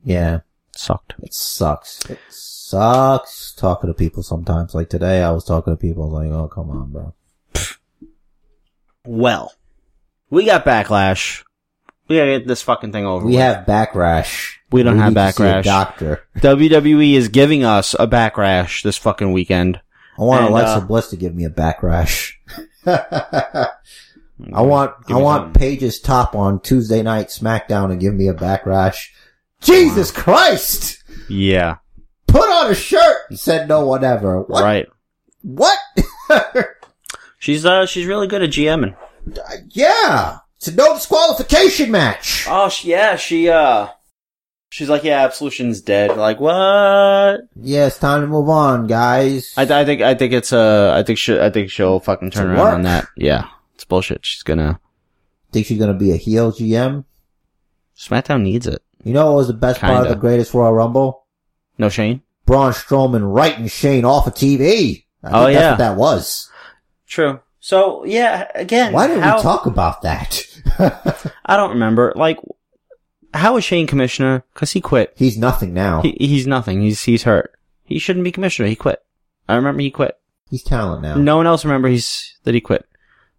Speaker 4: Yeah.
Speaker 3: Sucked.
Speaker 4: It sucks. It sucks talking to people sometimes. Like today, I was talking to people. I was like, "Oh, come on, bro."
Speaker 3: Well, we got backlash. We gotta get this fucking thing over.
Speaker 4: We
Speaker 3: with.
Speaker 4: have backlash.
Speaker 3: We don't have
Speaker 4: need to see a
Speaker 3: backlash.
Speaker 4: doctor.
Speaker 3: WWE E is giving us a backlash this fucking weekend.
Speaker 4: I want
Speaker 3: And,
Speaker 4: Alexa
Speaker 3: uh,
Speaker 4: Bliss to give me a backlash. I want
Speaker 3: Give
Speaker 4: I
Speaker 3: me
Speaker 4: want
Speaker 3: something.
Speaker 4: Paige's top on Tuesday night SmackDown and give me a backlash. Jesus Christ!
Speaker 3: Yeah.
Speaker 4: Put on a shirt. Said no one ever. What?
Speaker 3: Right.
Speaker 4: What?
Speaker 3: She's uh she's really good at GMing.
Speaker 4: yeah. It's a no disqualification match.
Speaker 3: Oh she, yeah, she uh, she's like, yeah, Absolution's dead. Like what? I,
Speaker 4: Yeah, it's time to move on, guys.
Speaker 3: th- I think I think it's uh, I think she I think she'll fucking turn
Speaker 4: To
Speaker 3: around
Speaker 4: work.
Speaker 3: on that. Yeah, it's bullshit. She's gonna
Speaker 4: Think she's gonna be a heel GM?
Speaker 3: SmackDown needs it.
Speaker 4: You know what was the best part of
Speaker 3: Kinda.
Speaker 4: the greatest Royal Rumble?
Speaker 3: No Shane.
Speaker 4: Braun Strowman writing Shane off of TV. I think
Speaker 3: Oh,
Speaker 4: that's
Speaker 3: yeah.
Speaker 4: what that was.
Speaker 3: True. So yeah, again,
Speaker 4: Why didn't
Speaker 3: how-
Speaker 4: we talk about that?
Speaker 3: I don't remember. Like, how is Shane commissioner? Because he quit.
Speaker 4: He's nothing now.
Speaker 3: He, he's nothing. He's he's hurt. He shouldn't be commissioner. He quit. I remember he quit.
Speaker 4: He's talent now.
Speaker 3: No one else remember he's that he quit.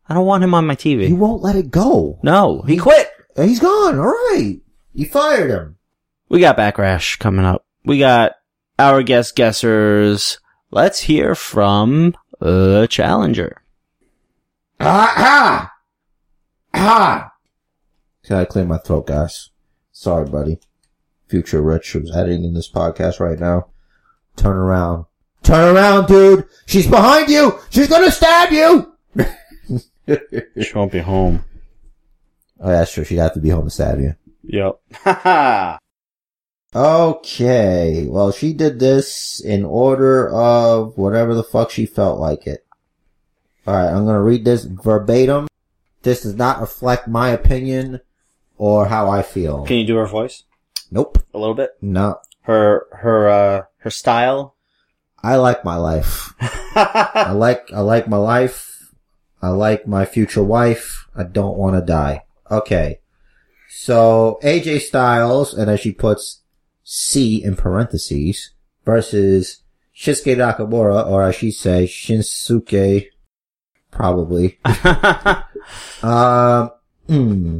Speaker 3: I don't want him on my TV.
Speaker 4: He won't let it go.
Speaker 3: no, he quit.
Speaker 4: He's gone. All right. You fired him.
Speaker 3: We got Backrash coming up. We got our guest guessers. Let's hear from the challenger.
Speaker 4: Ah, ah, ah. Gotta clear my throat, guys. Sorry, buddy. Future Rich who's editing this podcast right now. Turn around. Turn around, dude. She's behind you. She's gonna stab you.
Speaker 3: She won't be home.
Speaker 4: Oh, that's true. She'd have to be home to stab you.
Speaker 3: Yep. Haha.
Speaker 4: Okay. Well, she did this in order of whatever the fuck she felt like it. Alright, I'm gonna read this verbatim. This does not reflect my opinion or how I feel.
Speaker 3: Can you do her voice
Speaker 4: Nope.
Speaker 3: a little bit?
Speaker 4: No.
Speaker 3: Her her uh her style.
Speaker 4: I like my life. I like, I like my life. I like my future wife. I don't want to die. Okay. So AJ Styles, and as she puts C in parentheses, versus Shinsuke Nakamura, or as she says, Shinsuke, probably. Um, hmm.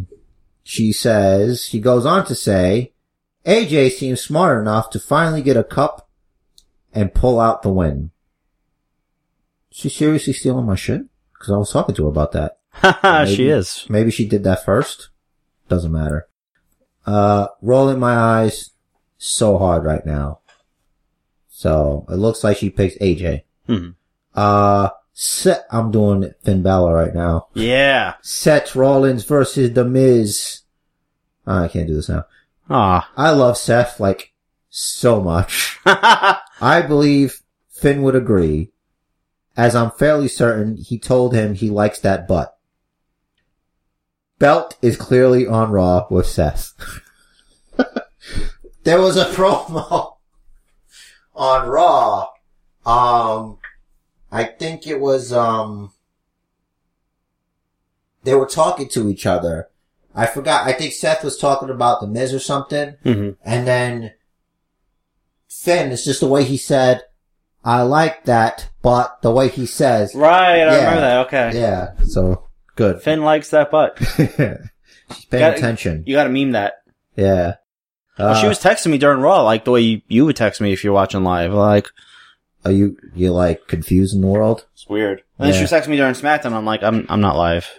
Speaker 4: she says, she goes on to say, AJ seems smart enough to finally get a cup and pull out the win. She seriously stealing my shit? Cause I was talking to her about that.
Speaker 3: Ah, she is.
Speaker 4: Maybe she did that first. Doesn't matter. Uh, rolling my eyes so hard right now. So it looks like she picks AJ.
Speaker 3: Hmm.
Speaker 4: Uh, se- I'm doing Finn Balor right now.
Speaker 3: Yeah.
Speaker 4: Seth Rollins versus The Miz. Ah, I can't do this now.
Speaker 3: Ah.
Speaker 4: I love Seth like so much. I believe Finn would agree, as I'm fairly certain he told him he likes that butt. Belt is clearly on Raw with Seth. there was a promo on Raw. Um, I think it was, um, they were talking to each other. I forgot. I think Seth was talking about the Miz or something.
Speaker 3: hmm
Speaker 4: And then Finn, it's just the way he said, I like that, but the way he says,
Speaker 3: Right. I
Speaker 4: Yeah.
Speaker 3: remember that. Okay.
Speaker 4: yeah, so good.
Speaker 3: Finn likes that butt.
Speaker 4: She's paying
Speaker 3: Gotta-
Speaker 4: attention.
Speaker 3: You got to meme that.
Speaker 4: yeah.
Speaker 3: Well, she
Speaker 4: Uh,
Speaker 3: was texting me during Raw, like the way you, you would text me if you're watching live. Like
Speaker 4: are you, you like confused in the world?
Speaker 3: it's weird. And then she
Speaker 4: Yeah.
Speaker 3: was texting me during SmackDown. I'm like, I'm I'm not live.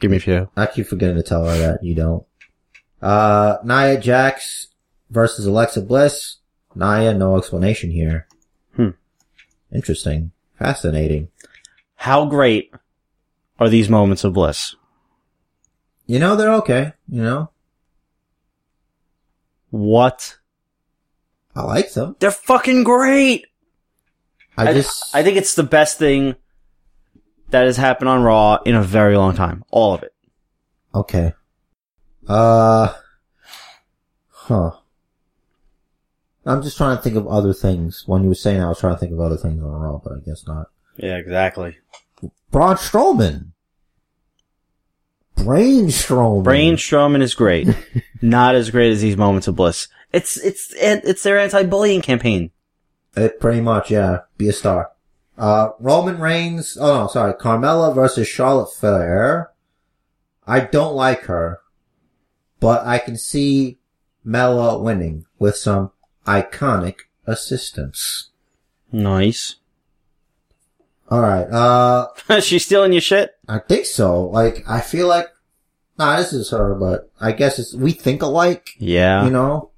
Speaker 3: Give me a few.
Speaker 4: I keep forgetting to tell her that you don't. Uh, Nia Jax versus Alexa Bliss. Nia, no explanation here.
Speaker 3: Hmm.
Speaker 4: Interesting. Fascinating.
Speaker 3: How great are these moments of bliss?
Speaker 4: You know, they're okay. You know,
Speaker 3: What?
Speaker 4: I like them.
Speaker 3: They're fucking great.
Speaker 4: I, just,
Speaker 3: I think it's the best thing that has happened on Raw in a very long time. All of it.
Speaker 4: Okay. Uh, huh. I'm just trying to think of other things. When you were saying, I was trying to think of other things on Raw, but I guess not.
Speaker 3: Yeah, exactly.
Speaker 4: Braun Strowman. Brain Strowman.
Speaker 3: Brain Strowman is great. Not as great as these moments of bliss. It's it's it's their anti-bullying campaign.
Speaker 4: It Eh, pretty much, yeah. Be a star. Uh, Roman Reigns. Oh no, sorry. Carmella versus Charlotte Flair. I don't like her, but I can see Mella winning with some iconic assistance.
Speaker 3: Nice.
Speaker 4: All right. Uh,
Speaker 3: She's stealing your shit.
Speaker 4: I think so. Like, I feel like, nah, this is her, but I guess it's, we think alike,
Speaker 3: Yeah.
Speaker 4: you know?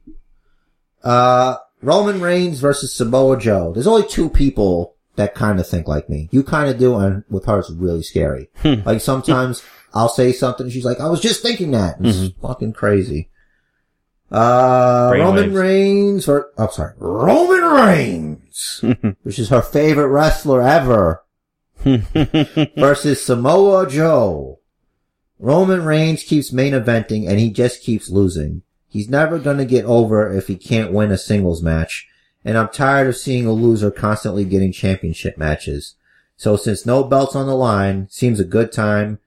Speaker 4: Uh, Roman Reigns versus Samoa Joe. There's only two people that kind of think like me. You kind of do, and with her, it's really scary.
Speaker 3: Hmm.
Speaker 4: like, sometimes I'll say something, and she's like, I was just thinking that. It's fucking crazy.
Speaker 3: Mm-hmm.
Speaker 4: Uh,
Speaker 3: Brainwaves.
Speaker 4: Roman Reigns, or, I'm sorry, Roman Reigns, which is her favorite wrestler ever versus Samoa Joe. Roman Reigns keeps main eventing and he just keeps losing. He's never gonna get over if he can't win a singles match. And I'm tired of seeing a loser constantly getting championship matches. So since no belts on the line, seems a good time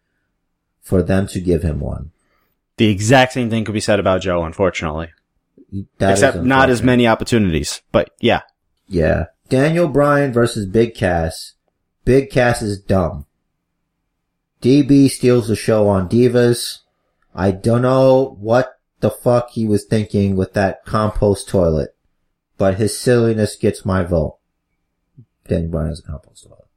Speaker 4: for them to give him one.
Speaker 3: the exact same thing could be said about Joe, unfortunately.
Speaker 4: That is
Speaker 3: Except not as
Speaker 4: unfortunate.
Speaker 3: many opportunities. But yeah.
Speaker 4: Yeah. Daniel Bryan versus Big Cass. Big Cass is dumb. DB steals the show on Divas. I don't know what the fuck he was thinking with that compost toilet, but his silliness gets my vote. Daniel Bryan is a compost toilet.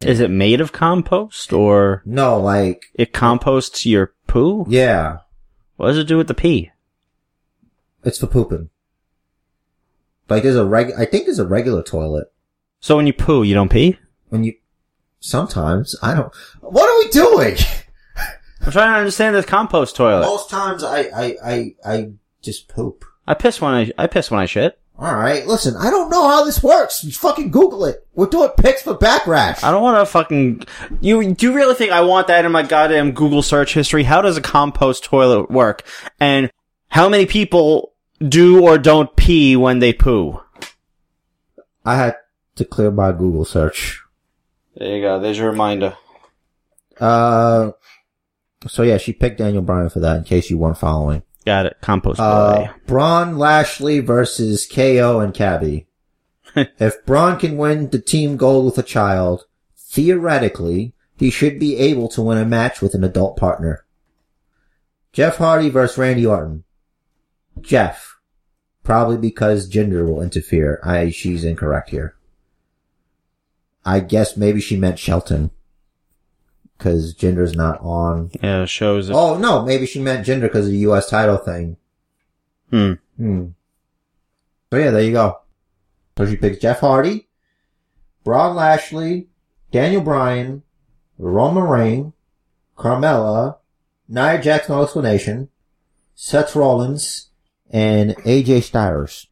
Speaker 3: Is it made of compost or
Speaker 4: No, like,
Speaker 3: it composts your poo?
Speaker 4: yeah,
Speaker 3: What does it do with the pee?
Speaker 4: it's for pooping. Like there's a reg, I think there's a regular toilet.
Speaker 3: So when you poo, you don't pee?
Speaker 4: When you, sometimes, I don't, what are we doing?
Speaker 3: I'm trying to understand this Uh, compost toilet.
Speaker 4: Most times I, I, I, I just poop.
Speaker 3: I piss when I I piss when I shit.
Speaker 4: All right, listen, I don't know how this works. You fucking Google it. We're doing picks for backrash.
Speaker 3: I don't want to fucking. You do you really think I want that in my goddamn Google search history? How does a compost toilet work? And how many people do or don't pee when they poo?
Speaker 4: I had to clear my Google search.
Speaker 3: There you go. There's your reminder.
Speaker 4: Uh, so yeah, she picked Daniel Bryan for that in case you weren't following.
Speaker 3: Got it. Compost
Speaker 4: Uh,
Speaker 3: toilet.
Speaker 4: Braun Lashley versus KO and Cabby. if Braun can win the team gold with a child, theoretically, he should be able to win a match with an adult partner. Jeff Hardy versus Randy Orton. Jeff. Probably because gender will interfere. I, she's incorrect here. I guess maybe she meant Shelton. Cause gender's not on.
Speaker 3: Yeah, shows. It.
Speaker 4: Oh no, maybe she meant gender because of the U.S. title thing.
Speaker 3: Hmm.
Speaker 4: Hmm. So yeah, there you go. So she picks Jeff Hardy, Braun Lashley, Daniel Bryan, Roman Reign, Carmella, Nia Jax, no explanation, Seth Rollins, and AJ Styles.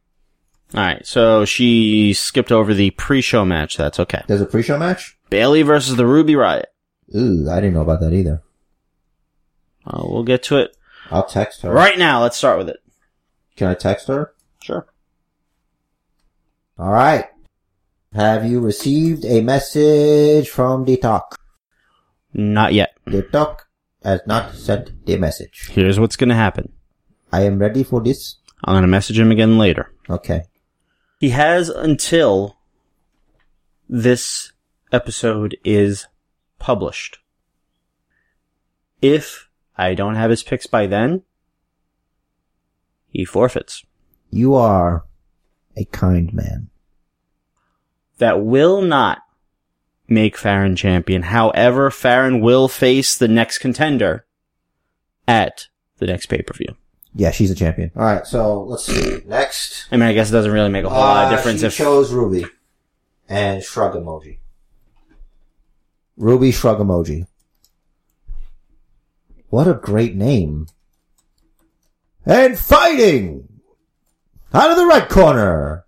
Speaker 3: All right. So she skipped over the pre-show match. That's okay.
Speaker 4: There's a pre-show match?
Speaker 3: Bailey versus the Ruby Riot.
Speaker 4: Ooh, I didn't know about that either.
Speaker 3: Uh, we'll get to it
Speaker 4: I'll text her.
Speaker 3: right now. Let's start with it.
Speaker 4: Can I text her?
Speaker 3: Sure.
Speaker 4: All right. Have you received a message from the talk?
Speaker 3: Not yet.
Speaker 4: The talk has not sent the message.
Speaker 3: Here's what's gonna happen.
Speaker 4: I am ready for this.
Speaker 3: I'm gonna message him again later.
Speaker 4: Okay.
Speaker 3: He has until this episode is published. If I don't have his picks by then, he forfeits.
Speaker 4: You are a kind man.
Speaker 3: That will not make Farron champion. However, Farron will face the next contender at the next pay-per-view.
Speaker 4: Yeah, she's a champion. All right, so let's see. Next,
Speaker 3: I mean, I guess it doesn't really make a whole lot
Speaker 4: Uh,
Speaker 3: of difference
Speaker 4: she
Speaker 3: if
Speaker 4: chose Ruby and shrug emoji. Ruby shrug emoji. What a great name! And fighting out of the red corner,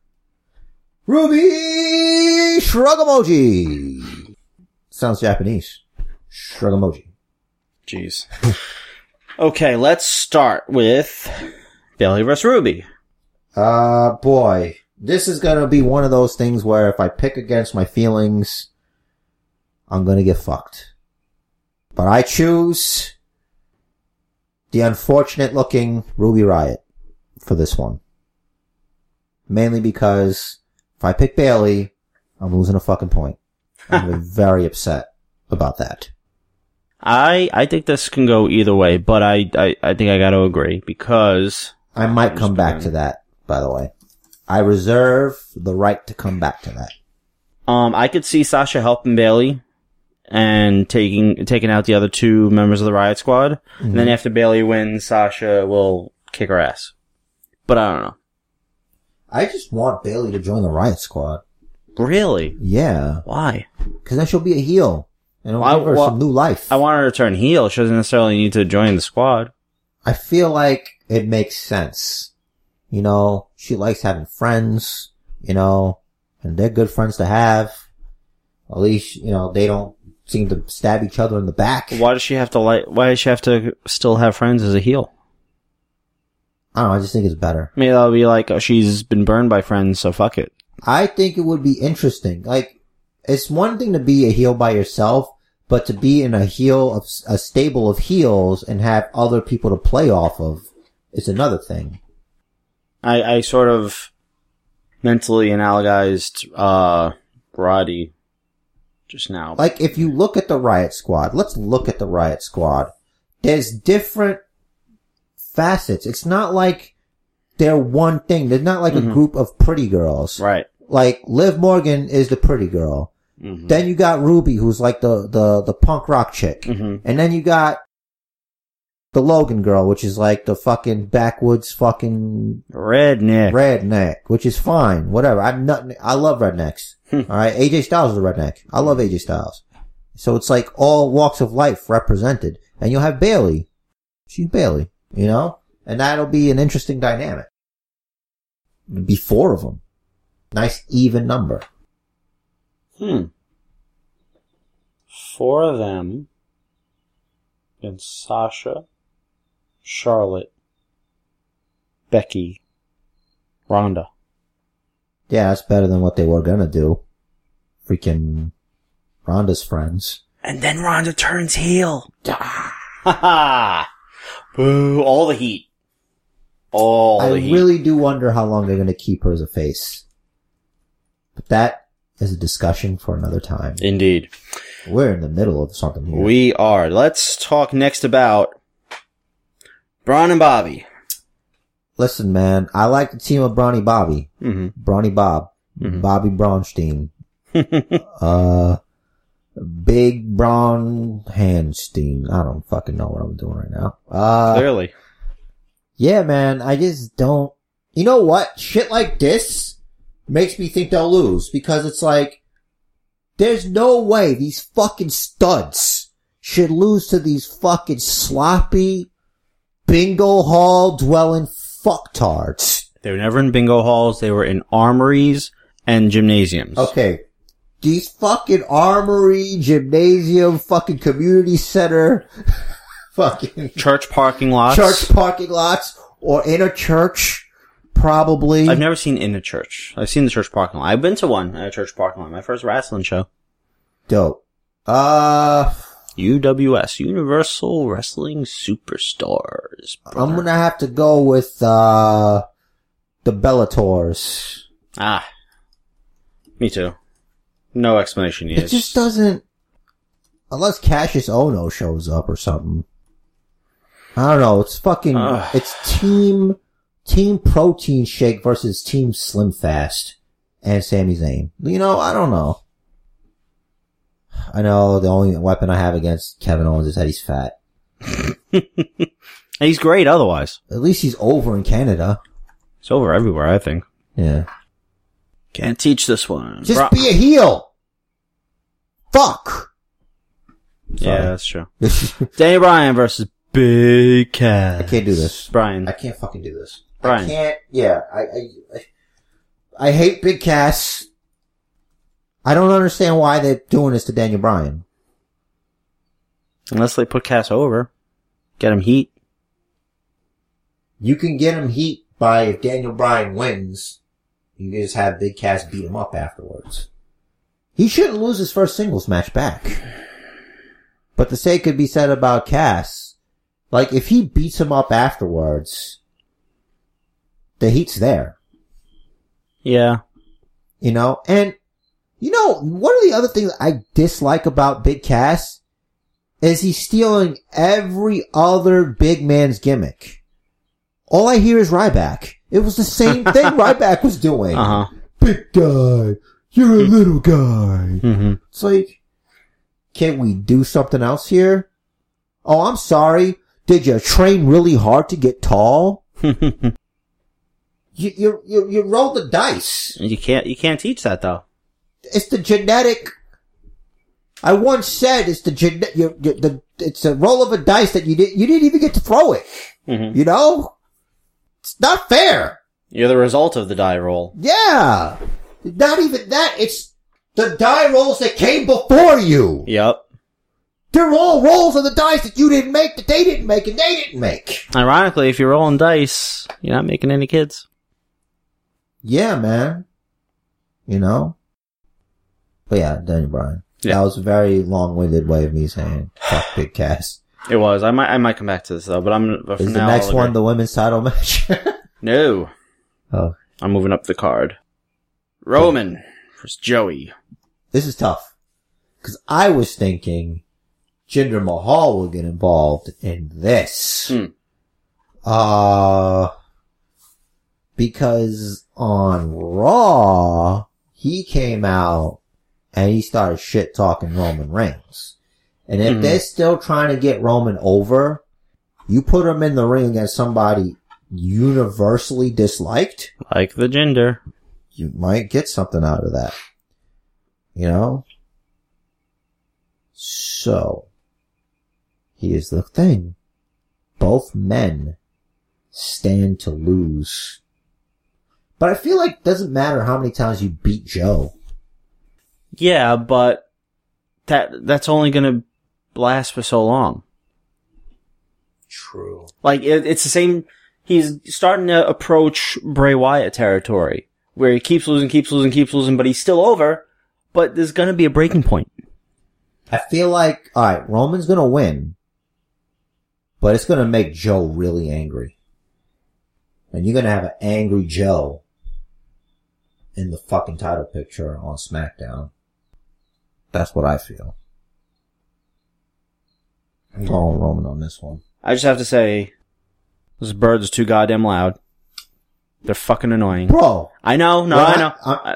Speaker 4: Ruby shrug emoji. Sounds Japanese. Shrug emoji.
Speaker 3: Jeez. okay, let's start with Bailey vs. Ruby.
Speaker 4: Uh, boy. This is gonna be one of those things where if I pick against my feelings, I'm gonna get fucked. But I choose the unfortunate looking Ruby Riot for this one. Mainly because if I pick Bailey, I'm losing a fucking point. I'm gonna be very upset about that.
Speaker 3: I I think this can go either way, but I I, I think I got to agree because
Speaker 4: I might come back to that, by the way. I reserve the right to come back to that.
Speaker 3: um I could see Sasha helping Bailey and taking taking out the other two members of the Riot Squad, and then after Bailey wins, Sasha will kick her ass. But I don't know.
Speaker 4: I just want Bailey to join the Riot Squad.
Speaker 3: Really?
Speaker 4: Yeah,
Speaker 3: Why?
Speaker 4: because then she'll be a heel and it'll
Speaker 3: I-
Speaker 4: give her
Speaker 3: well,
Speaker 4: some new life.
Speaker 3: I want her to turn heel. She doesn't necessarily need to join the squad.
Speaker 4: I feel like it makes sense. You know, she likes having friends. You know, and they're good friends to have. At least you know they don't seem to stab each other in the back.
Speaker 3: Why does she have to like? Why does she have to still have friends as a heel?
Speaker 4: I don't know. I just think it's better.
Speaker 3: Maybe that'll be like, oh, she's been burned by friends, so fuck it.
Speaker 4: I think it would be interesting. Like, it's one thing to be a heel by yourself, but to be in a heel of a stable of heels and have other people to play off of is another thing.
Speaker 3: I, I sort of mentally analogized uh, Roddy just now.
Speaker 4: Like, if you look at the Riot Squad, let's look at the Riot Squad. There's different facets. It's not like they're one thing. They're not like a group of pretty girls.
Speaker 3: right.
Speaker 4: Like, Liv Morgan is the pretty girl. Then you got Ruby, who's like the, the, the punk rock chick.
Speaker 3: hmm
Speaker 4: And then you got the Logan girl, which is like the fucking backwoods fucking
Speaker 3: Redneck.
Speaker 4: redneck, which is fine. Whatever. I'm not, I love rednecks. all right. AJ Styles is a redneck. I love AJ Styles. So it's like all walks of life represented. And you'll have Bailey. She's Bailey, you know? And that'll be an interesting dynamic. It'd be four of them. Nice even number.
Speaker 3: Hmm. Four of them. And Sasha, Charlotte, Becky, Rhonda.
Speaker 4: Yeah, that's better than what they were gonna do. Freaking Rhonda's friends.
Speaker 3: And then Rhonda turns heel. Ha ha! Boo! All the heat. All
Speaker 4: I
Speaker 3: the heat.
Speaker 4: really do wonder how long they're gonna keep her as a face. But that is a discussion for another time.
Speaker 3: Indeed.
Speaker 4: We're in the middle of something here.
Speaker 3: We are. Let's talk next about Braun and Bobby.
Speaker 4: Listen, man, I like the team of Bronny Bobby.
Speaker 3: Mm-hmm.
Speaker 4: Bronny Bob,
Speaker 3: Mhm.
Speaker 4: Bobby Braunstein, uh, Big Braun Handstein. I don't fucking know what I'm doing right now. Uh,
Speaker 3: Clearly.
Speaker 4: yeah, man, I just don't. You know what? Shit like this makes me think they'll lose because it's like, there's no way these fucking studs should lose to these fucking sloppy bingo hall dwelling fucktards.
Speaker 3: They were never in bingo halls. They were in armories and gymnasiums.
Speaker 4: Okay. These fucking armory, gymnasium, fucking community center, fucking
Speaker 3: Church parking lots.
Speaker 4: church parking lots, or in a church, probably.
Speaker 3: I've never seen in a church. I've seen the church parking lot. I've been to one at a church parking lot. My first wrestling show.
Speaker 4: Dope. Uh,
Speaker 3: UWS, Universal Wrestling Superstars.
Speaker 4: I'm
Speaker 3: brother.
Speaker 4: gonna have to go with, uh, the Bellators.
Speaker 3: Ah. Me too. No explanation needed.
Speaker 4: It just doesn't, unless Cassius Ono shows up or something. I don't know. It's fucking.
Speaker 3: Ugh.
Speaker 4: it's team team protein shake versus team Slim Fast and Sami Zayn. You know, I don't know. I know the only weapon I have against Kevin Owens is that he's fat.
Speaker 3: And He's great otherwise.
Speaker 4: At least he's over in Canada.
Speaker 3: It's over everywhere, I think.
Speaker 4: Yeah.
Speaker 3: Can't teach this one.
Speaker 4: Just
Speaker 3: Bra-
Speaker 4: be a heel. Fuck.
Speaker 3: yeah, that's true. Danny Bryan versus Big Cass.
Speaker 4: I can't do this.
Speaker 3: Brian.
Speaker 4: I can't fucking do this. I
Speaker 3: Brian.
Speaker 4: can't. Yeah, I, I, I, I hate Big Cass. I don't understand why they're doing this to Daniel Bryan.
Speaker 3: Unless they put Cass over. Get him heat.
Speaker 4: You can get him heat by if Daniel Bryan wins. You can just have Big Cass beat him up afterwards. He shouldn't lose his first singles match back. But the same could be said about Cass. Like if he beats him up afterwards, the heat's there.
Speaker 3: Yeah.
Speaker 4: You know, and you know, one of the other things I dislike about Big Cass is he's stealing every other big man's gimmick. All I hear is Ryback. It was the same thing Ryback was doing.
Speaker 3: Uh huh.
Speaker 4: Big guy, you're a little guy.
Speaker 3: hmm
Speaker 4: It's like, can we do something else here? Oh, I'm sorry. Did you train really hard to get tall?
Speaker 3: Mm-hmm.
Speaker 4: You you you, you rolled the dice.
Speaker 3: you can't, you can't teach that though.
Speaker 4: it's the genetic. I once said it's the gen. You, you, the it's a roll of a dice that you didn't you didn't even get to throw it.
Speaker 3: Mm-hmm.
Speaker 4: You know, it's not fair.
Speaker 3: You're the result of the die roll.
Speaker 4: Yeah, not even that. It's the die rolls that came before you.
Speaker 3: Yep.
Speaker 4: They're all rolls of the dice that you didn't make, that they didn't make, and they didn't make.
Speaker 3: Ironically, if you're rolling dice, you're not making any kids.
Speaker 4: Yeah, man. You know. But yeah, Daniel Bryan.
Speaker 3: Yeah.
Speaker 4: That was a very long-winded way of me saying fuck big cast.
Speaker 3: It was. I might, I might come back to this though, but I'm, but for
Speaker 4: Is
Speaker 3: now,
Speaker 4: the next
Speaker 3: I'll
Speaker 4: one
Speaker 3: agree.
Speaker 4: the women's title match?
Speaker 3: no.
Speaker 4: oh,
Speaker 3: I'm moving up the card. Roman versus Joey.
Speaker 4: this is tough. Cause I was thinking Jinder Mahal will get involved in this.
Speaker 3: Hmm.
Speaker 4: Uh, because on Raw, he came out and he started shit talking Roman Reigns. And if
Speaker 3: Mhm.
Speaker 4: they're still trying to get Roman over, you put him in the ring as somebody universally disliked.
Speaker 3: Like the gender.
Speaker 4: you might get something out of that. You know? So, here's the thing. Both men stand to lose. But I feel like it doesn't matter how many times you beat Joe.
Speaker 3: Yeah, but that that's only gonna last for so long.
Speaker 1: True.
Speaker 3: Like it, it's the same. He's starting to approach Bray Wyatt territory, where he keeps losing, keeps losing, keeps losing, but he's still over. But there's gonna be a breaking point.
Speaker 4: I feel like, alright, Roman's gonna win, but it's gonna make Joe really angry. And you're gonna have an angry Joe in the fucking title picture on SmackDown. That's what I feel.
Speaker 3: Hmm.
Speaker 4: I'm going with Roman on this one.
Speaker 3: I just have to say, those birds are too goddamn loud. They're fucking annoying.
Speaker 4: Bro,
Speaker 3: I know, no,
Speaker 4: Well,
Speaker 3: I
Speaker 4: I-
Speaker 3: know. Uh,
Speaker 4: I-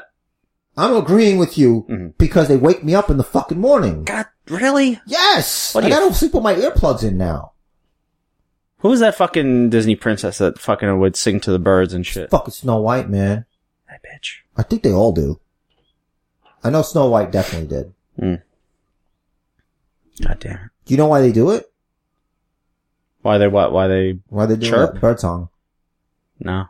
Speaker 4: I'm agreeing with you
Speaker 3: Mhm.
Speaker 4: because they wake me up in the fucking morning.
Speaker 3: God, really?
Speaker 4: Yes!
Speaker 3: What
Speaker 4: I
Speaker 3: do you-
Speaker 4: gotta sleep with my earplugs in now.
Speaker 3: Who was that fucking Disney princess that fucking would sing to the birds and shit?
Speaker 4: Fucking Snow White, man.
Speaker 3: That bitch.
Speaker 4: I think they all do. I know Snow White definitely did.
Speaker 3: God damn it.
Speaker 4: Do you know why they do it?
Speaker 3: Why they what? Why they
Speaker 4: Why they do
Speaker 3: Chirp?
Speaker 4: that bird song?
Speaker 3: no?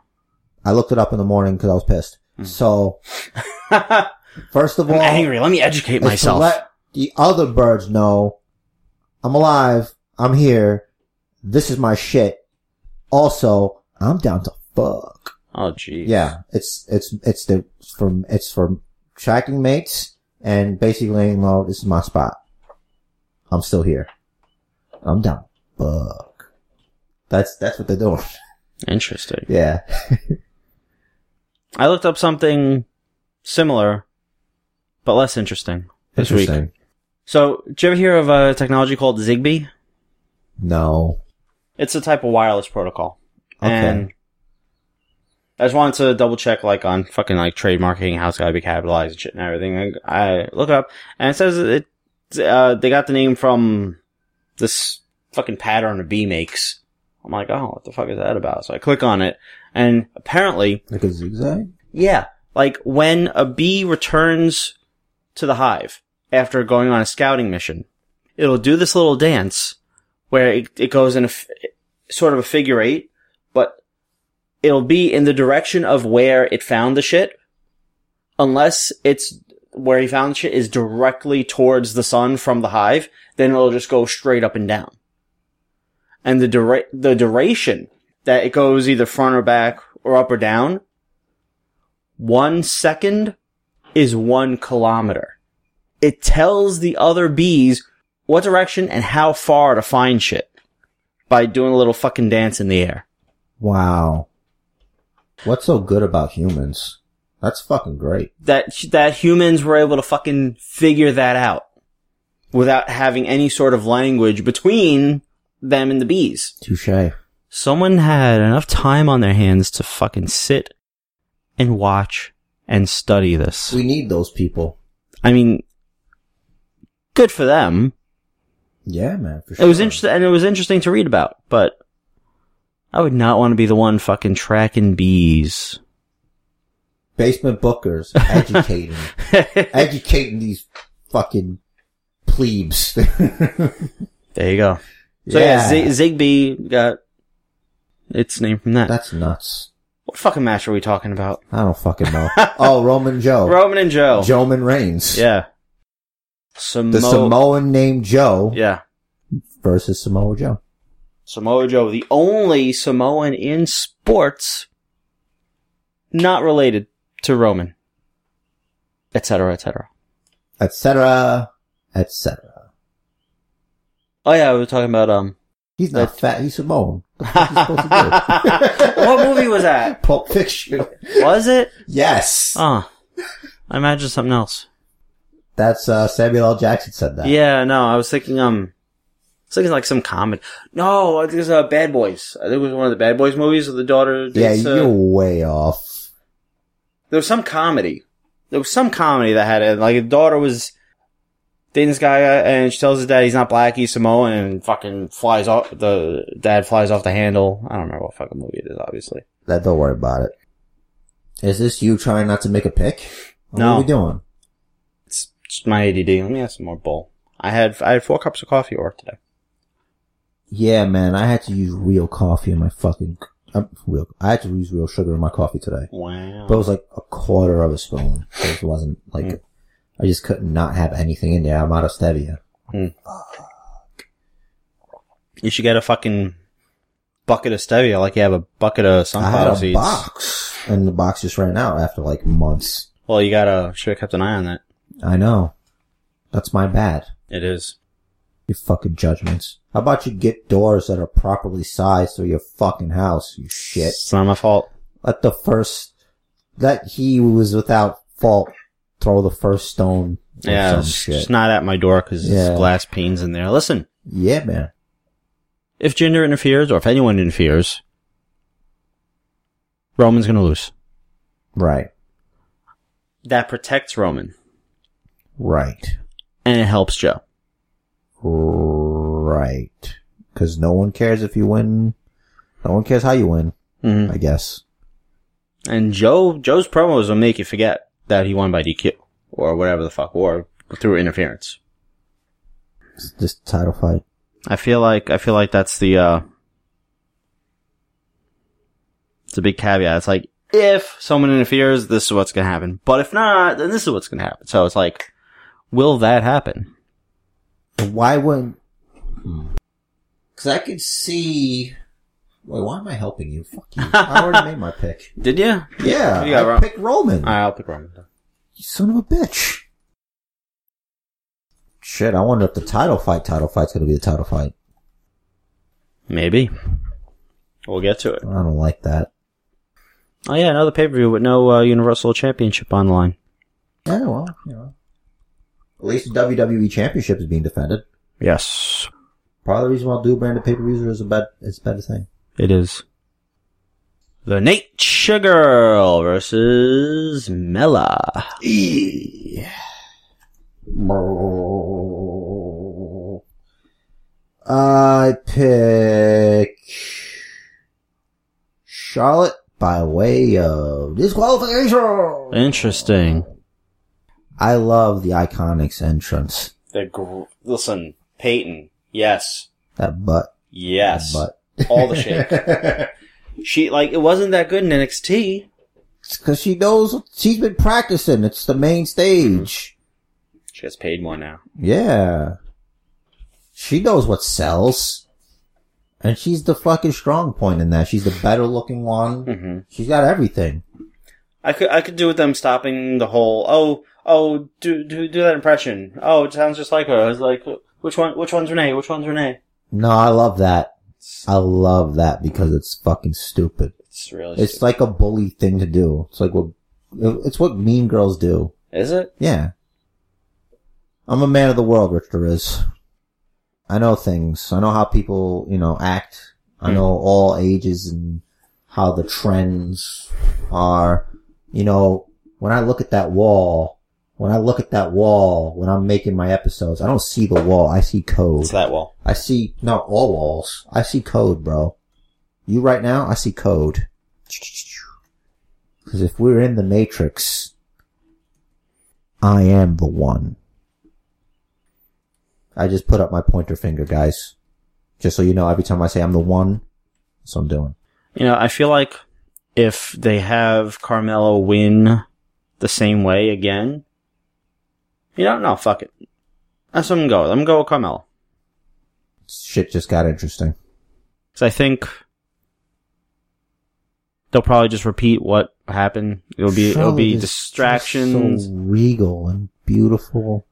Speaker 4: I looked it up in the morning because I was pissed. So,
Speaker 3: Hmm. I'm
Speaker 4: first of all,
Speaker 3: angry. Let me educate
Speaker 4: is
Speaker 3: myself.
Speaker 4: to let the other birds know I'm alive. I'm here. This is my shit. Also, I'm down to fuck.
Speaker 3: oh jeez.
Speaker 4: Yeah, it's it's it's the from it's from tracking mates and basically laying low. This is my spot. I'm still here. I'm down. Fuck. That's that's what they're doing.
Speaker 3: Interesting.
Speaker 4: Yeah.
Speaker 3: I looked up something similar, but less interesting this week.
Speaker 4: Interesting.
Speaker 3: So, did you ever hear of a technology called Zigbee?
Speaker 4: No.
Speaker 3: It's a type of wireless protocol.
Speaker 4: Okay.
Speaker 3: And I just wanted to double check, like, on fucking, like, trademarking, how it's gotta be capitalized and shit and everything. And I look it up, and it says it, uh, they got the name from this fucking pattern a bee makes. I'm like, oh, what the fuck is that about? So I click on it, and apparently,
Speaker 4: Like a zigzag.
Speaker 3: yeah, like, when a bee returns to the hive after going on a scouting mission, it'll do this little dance where it, it goes in a f- sort of a figure eight, but it'll be in the direction of where it found the shit, unless it's where he found the shit is directly towards the sun from the hive, then it'll just go straight up and down. And the dura- the duration that it goes either front or back or up or down, one second is one kilometer. It tells the other bees what direction and how far to find shit by doing a little fucking dance in the air.
Speaker 4: Wow. What's so good about humans? That's fucking great.
Speaker 3: That that humans were able to fucking figure that out without having any sort of language between them and the bees.
Speaker 4: Touche.
Speaker 3: Someone had enough time on their hands to fucking sit and watch and study this.
Speaker 4: We need those people.
Speaker 3: I mean, good for them.
Speaker 4: Yeah, man. For
Speaker 3: It was
Speaker 4: sure.
Speaker 3: interesting, and it was interesting to read about. But I would not want to be the one fucking tracking bees.
Speaker 4: Basement bookers educating.
Speaker 3: there
Speaker 4: educating these fucking plebes.
Speaker 3: you go. So yeah,
Speaker 4: Yeah.
Speaker 3: Z- Zigbee got its name from that.
Speaker 4: That's nuts.
Speaker 3: what fucking match are we talking about?
Speaker 4: I don't fucking know. oh, Roman Joe.
Speaker 3: Roman and Joe.
Speaker 4: Joman Reigns.
Speaker 3: Yeah. Samo-
Speaker 4: The Samoan named Joe
Speaker 3: Yeah.
Speaker 4: versus Samoa Joe.
Speaker 3: Samoa Joe, the only Samoan in sports not related to Roman, etc., etc.
Speaker 4: Etc. Etc.
Speaker 3: Oh yeah, we were talking about um.
Speaker 4: He's not fat. He's Samoan.
Speaker 3: what movie was that?
Speaker 4: Pulp Fiction.
Speaker 3: Was it?
Speaker 4: Yes.
Speaker 3: Oh, I imagined something else.
Speaker 4: That's uh, Samuel L. Jackson said that.
Speaker 3: Yeah, no, I was thinking, um, I was thinking like some comedy. No, I think it was uh, Bad Boys. I think it was one of the Bad Boys movies where the daughter
Speaker 4: Yeah,
Speaker 3: dates, uh,
Speaker 4: you're way off.
Speaker 3: there was some comedy. There was some comedy that had it. Like, the daughter was dating this guy, uh, and she tells his dad he's not black, he's Samoan, and fucking flies off, the dad flies off the handle. I don't remember what fucking movie it is, obviously.
Speaker 4: That don't worry about it. Is this you trying not to make a pick?
Speaker 3: No.
Speaker 4: What are we doing?
Speaker 3: It's just my ADD. Let me have some more bowl. I had, I had four cups of coffee at work today.
Speaker 4: Yeah, man, I had to use real coffee in my fucking. I'm real, I had to use real sugar in my coffee today.
Speaker 3: Wow.
Speaker 4: But it was like a quarter of a spoon. So it wasn't like,
Speaker 3: Hmm.
Speaker 4: I just could not have anything in there. I'm out of stevia.
Speaker 3: you should get a fucking bucket of stevia, like you have a bucket of
Speaker 4: I had
Speaker 3: sunflower
Speaker 4: a
Speaker 3: seeds.
Speaker 4: box and the box just ran out after like months.
Speaker 3: Well, you gotta should have kept an eye on that.
Speaker 4: I know. That's my bad.
Speaker 3: It is.
Speaker 4: Your fucking judgments. How about you get doors that are properly sized for your fucking house, you shit?
Speaker 3: It's not my fault.
Speaker 4: Let the first, let he who was without fault throw the first stone or
Speaker 3: yeah,
Speaker 4: some
Speaker 3: it's,
Speaker 4: shit.
Speaker 3: it's not at my door because
Speaker 4: Yeah.
Speaker 3: there's glass panes in there. Listen,
Speaker 4: yeah, man.
Speaker 3: if gender interferes or if anyone interferes, Roman's gonna lose.
Speaker 4: Right.
Speaker 3: That protects Roman
Speaker 4: Right.
Speaker 3: and it helps Joe.
Speaker 4: Right. Cause no one cares if you win. No one cares how you win,
Speaker 3: Mhm.
Speaker 4: I guess.
Speaker 3: And Joe Joe's promos will make you forget that he won by DQ or whatever the fuck or through interference.
Speaker 4: It's This title fight.
Speaker 3: I feel like I feel like that's the uh it's a big caveat. It's like if someone interferes, this is what's gonna happen. But if not, then this is what's gonna happen. So it's like, will that happen?
Speaker 4: Why wouldn't? Because Hmm. I could see. Wait, why am I helping you? Fuck you! I already made my pick.
Speaker 3: Did you? Alright,
Speaker 4: Yeah,
Speaker 3: You got
Speaker 4: I
Speaker 3: Ro-
Speaker 4: picked Roman.
Speaker 3: I'll pick Roman.
Speaker 4: you son of a bitch! Shit, I wonder if the title fight, title fight's gonna be the title fight.
Speaker 3: Maybe. We'll get to it.
Speaker 4: I don't like that.
Speaker 3: Oh yeah, another pay per view with no uh, Universal Championship on the line.
Speaker 4: Yeah, well, you know. At least the WWE Championship is being defended.
Speaker 3: Yes,
Speaker 4: Part of the reason why I'll do branded pay per views is a bad, it's a better thing.
Speaker 3: it is. The Nature Girl versus Mela.
Speaker 4: I pick Charlotte by way of disqualification.
Speaker 3: Interesting.
Speaker 4: I love the Iconics entrance.
Speaker 3: The gr- listen, Peyton. Yes,
Speaker 4: That butt.
Speaker 3: yes.
Speaker 4: That
Speaker 3: All the shit.
Speaker 4: butt.
Speaker 3: She like it wasn't that good in NXT.
Speaker 4: Because she knows she's been practicing. It's the main stage.
Speaker 3: She gets paid more now.
Speaker 4: Yeah. She knows what sells. And she's the fucking strong point in that. She's the better looking one.
Speaker 3: Mm-hmm.
Speaker 4: She's got everything.
Speaker 3: I could I could do with them stopping the whole oh oh do do do that impression oh it sounds just like her. I was like which one which one's Renee which one's Renee.
Speaker 4: No, I love that. I love that because it's fucking stupid.
Speaker 3: It's really
Speaker 4: It's like a bully thing to do. It's like what, it's what mean girls do.
Speaker 3: is it
Speaker 4: Yeah. I'm a man of the world, Richter is. I know things. I know how people, you know, act. I know all ages and how the trends are. You know, when I look at that wall, when I look at that wall, when I'm making my episodes, I don't see the wall. I see code.
Speaker 3: it's that wall.
Speaker 4: I see not all walls. I see code, bro. You right now, I see code. Because if we're in the matrix, I am the one. I just put up my pointer finger, guys. Just so you know, every time I say I'm the one, that's what I'm doing.
Speaker 3: You know I feel like if they have Carmelo win the same way again, you don't know fuck it. That's what I'm going. I'm going to go with Carmelo.
Speaker 4: Shit just got interesting.
Speaker 3: So I think they'll probably just repeat what happened. It'll be it'll
Speaker 4: Charlotte
Speaker 3: be
Speaker 4: is just
Speaker 3: distractions.
Speaker 4: So regal and beautiful,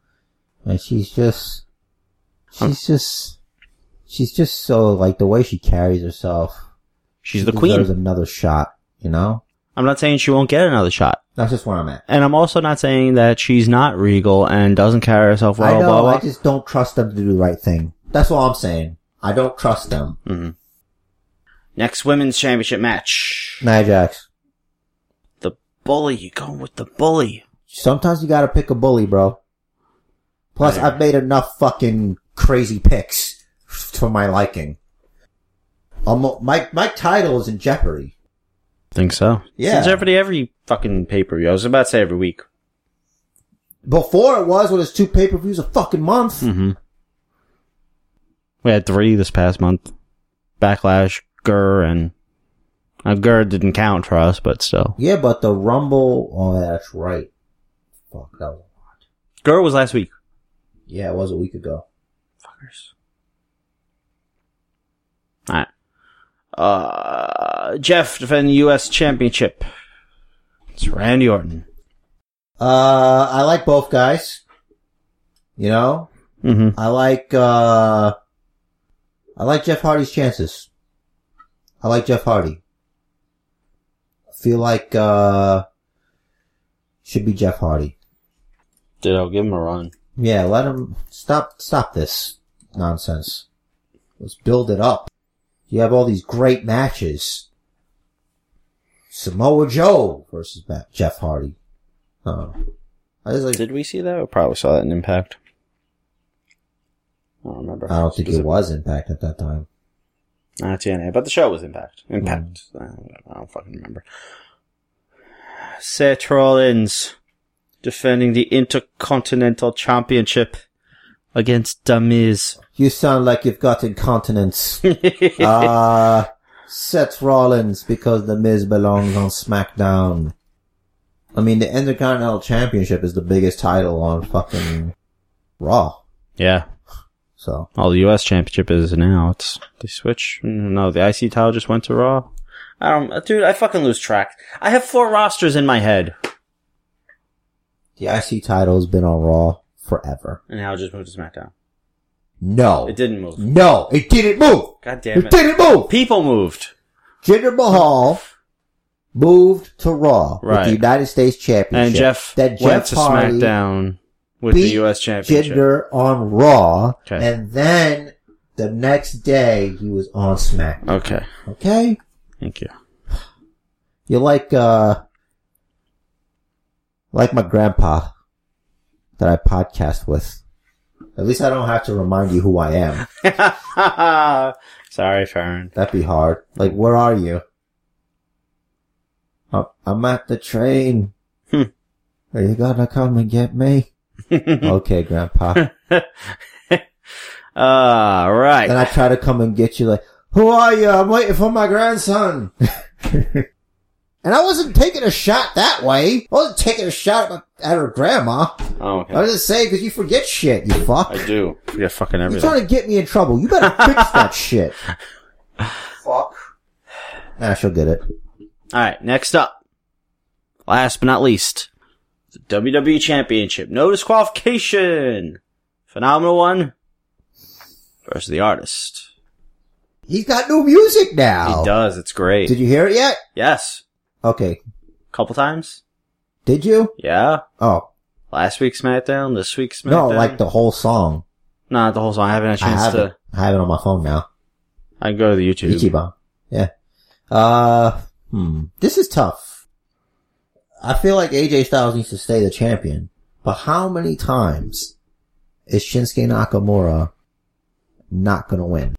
Speaker 4: and she's just, she's just, she's just so like the way she carries herself.
Speaker 3: She's the
Speaker 4: There's
Speaker 3: queen.
Speaker 4: another shot, you know.
Speaker 3: I'm not saying she won't get another shot,
Speaker 4: That's just where I'm at.
Speaker 3: and I'm also not saying that she's not regal and doesn't carry herself well.
Speaker 4: I know.
Speaker 3: blah, blah.
Speaker 4: I just don't trust them to do the right thing. That's all I'm saying. I don't trust them.
Speaker 3: Mhm. Next women's championship match.
Speaker 4: Nia Jax.
Speaker 3: The bully. You going with the bully?
Speaker 4: Sometimes you gotta pick a bully, bro. Plus,
Speaker 3: I-
Speaker 4: I've made enough fucking crazy picks for my liking. Almo my my title is in jeopardy.
Speaker 3: Think so?
Speaker 4: Yeah.
Speaker 3: Since every every fucking pay per view. I was about to say every week.
Speaker 4: Before it was when it's two pay per views a fucking month.
Speaker 3: Mm-hmm. We had three this past month: Backlash, Gurr, and Now, GERD didn't count for us, but still.
Speaker 4: Yeah, but the Rumble. Oh, that's right. Fuck, that was.
Speaker 3: GERD was last week.
Speaker 4: Yeah, it was a week ago.
Speaker 3: Fuckers. Alright. Uh, Jeff defending U.S. Championship. It's Randy Orton.
Speaker 4: Uh, I like both guys. You know,
Speaker 3: Mm-hmm.
Speaker 4: I like uh, I like Jeff Hardy's chances. I like Jeff Hardy. I feel like uh, should be Jeff Hardy.
Speaker 3: Ditto, give him a run.
Speaker 4: Yeah, let him stop. Stop this nonsense. Let's build it up. You have all these great matches. Samoa Joe versus Ma- Jeff Hardy. Oh, I just like.
Speaker 3: Did we see that? We probably saw that in Impact. I don't remember.
Speaker 4: I don't think
Speaker 3: Was
Speaker 4: it was Impact at that time.
Speaker 3: Not TNA, but the show was Impact. Impact. I, don't, uh, I don't fucking remember. Seth Rollins defending the Intercontinental Championship against The Miz.
Speaker 4: You sound like you've got incontinence. uh, Seth Rollins because The Miz belongs on SmackDown. I mean, the Intercontinental Championship is the biggest title on fucking Raw.
Speaker 3: yeah.
Speaker 4: So,
Speaker 3: All the U.S. Championship is now. It's they switch. Mm, No, the IC title just went to Raw. I don't, dude. I fucking lose track. I have four rosters in my head,
Speaker 4: the IC title has been on Raw forever.
Speaker 3: and now it just moved to SmackDown.
Speaker 4: No.
Speaker 3: It didn't move.
Speaker 4: No, it didn't move.
Speaker 3: God damn
Speaker 4: It
Speaker 3: it!
Speaker 4: didn't move.
Speaker 3: People moved.
Speaker 4: Jinder Mahal moved to Raw with
Speaker 3: Right.
Speaker 4: the United States Championship.
Speaker 3: And Jeff
Speaker 4: that
Speaker 3: went
Speaker 4: Jeff
Speaker 3: to
Speaker 4: Hardy
Speaker 3: SmackDown with the
Speaker 4: beat
Speaker 3: U.S. Championship.
Speaker 4: Jinder on Raw,
Speaker 3: Okay.
Speaker 4: and then the next day he was on SmackDown.
Speaker 3: Okay,
Speaker 4: Okay,
Speaker 3: thank you.
Speaker 4: you're like uh, like my grandpa that I podcast with. At least I don't have to remind you who I am.
Speaker 3: Sorry, Farron.
Speaker 4: That'd be hard. Like, where are you? "I'm- I'm at the train.
Speaker 3: Hmm.
Speaker 4: Are you gonna come and get me? okay, grandpa.
Speaker 3: All right.
Speaker 4: And I try to come and get you like, who are you? I'm waiting for my grandson. and I wasn't taking a shot that way. I wasn't taking a shot at, my, at her grandma.
Speaker 3: oh,
Speaker 4: I
Speaker 3: okay.
Speaker 4: was just saying because you forget shit, you fuck.
Speaker 3: I do. Yeah, fucking
Speaker 4: You're
Speaker 3: everything.
Speaker 4: trying to get me in trouble. You better fix that shit. Fuck. Nah, she'll get it.
Speaker 3: All right. Next up, last but not least, the WWE Championship. No disqualification. Phenomenal one versus the artist.
Speaker 4: He's got new music
Speaker 3: He
Speaker 4: now.
Speaker 3: does. It's great.
Speaker 4: Did you hear it yet?
Speaker 3: yes.
Speaker 4: Okay.
Speaker 3: Couple times.
Speaker 4: Did you?
Speaker 3: Yeah.
Speaker 4: Oh.
Speaker 3: Last week's SmackDown. This week's SmackDown.
Speaker 4: No, like the whole song.
Speaker 3: Not the whole song. I haven't had a
Speaker 4: I
Speaker 3: chance
Speaker 4: have it.
Speaker 3: to.
Speaker 4: I have it on my phone now.
Speaker 3: I can go to the YouTube.
Speaker 4: Ichiban. Yeah. Uh, hmm. This is tough. I feel like AJ Styles needs to stay the champion, but how many times is Shinsuke Nakamura not gonna win?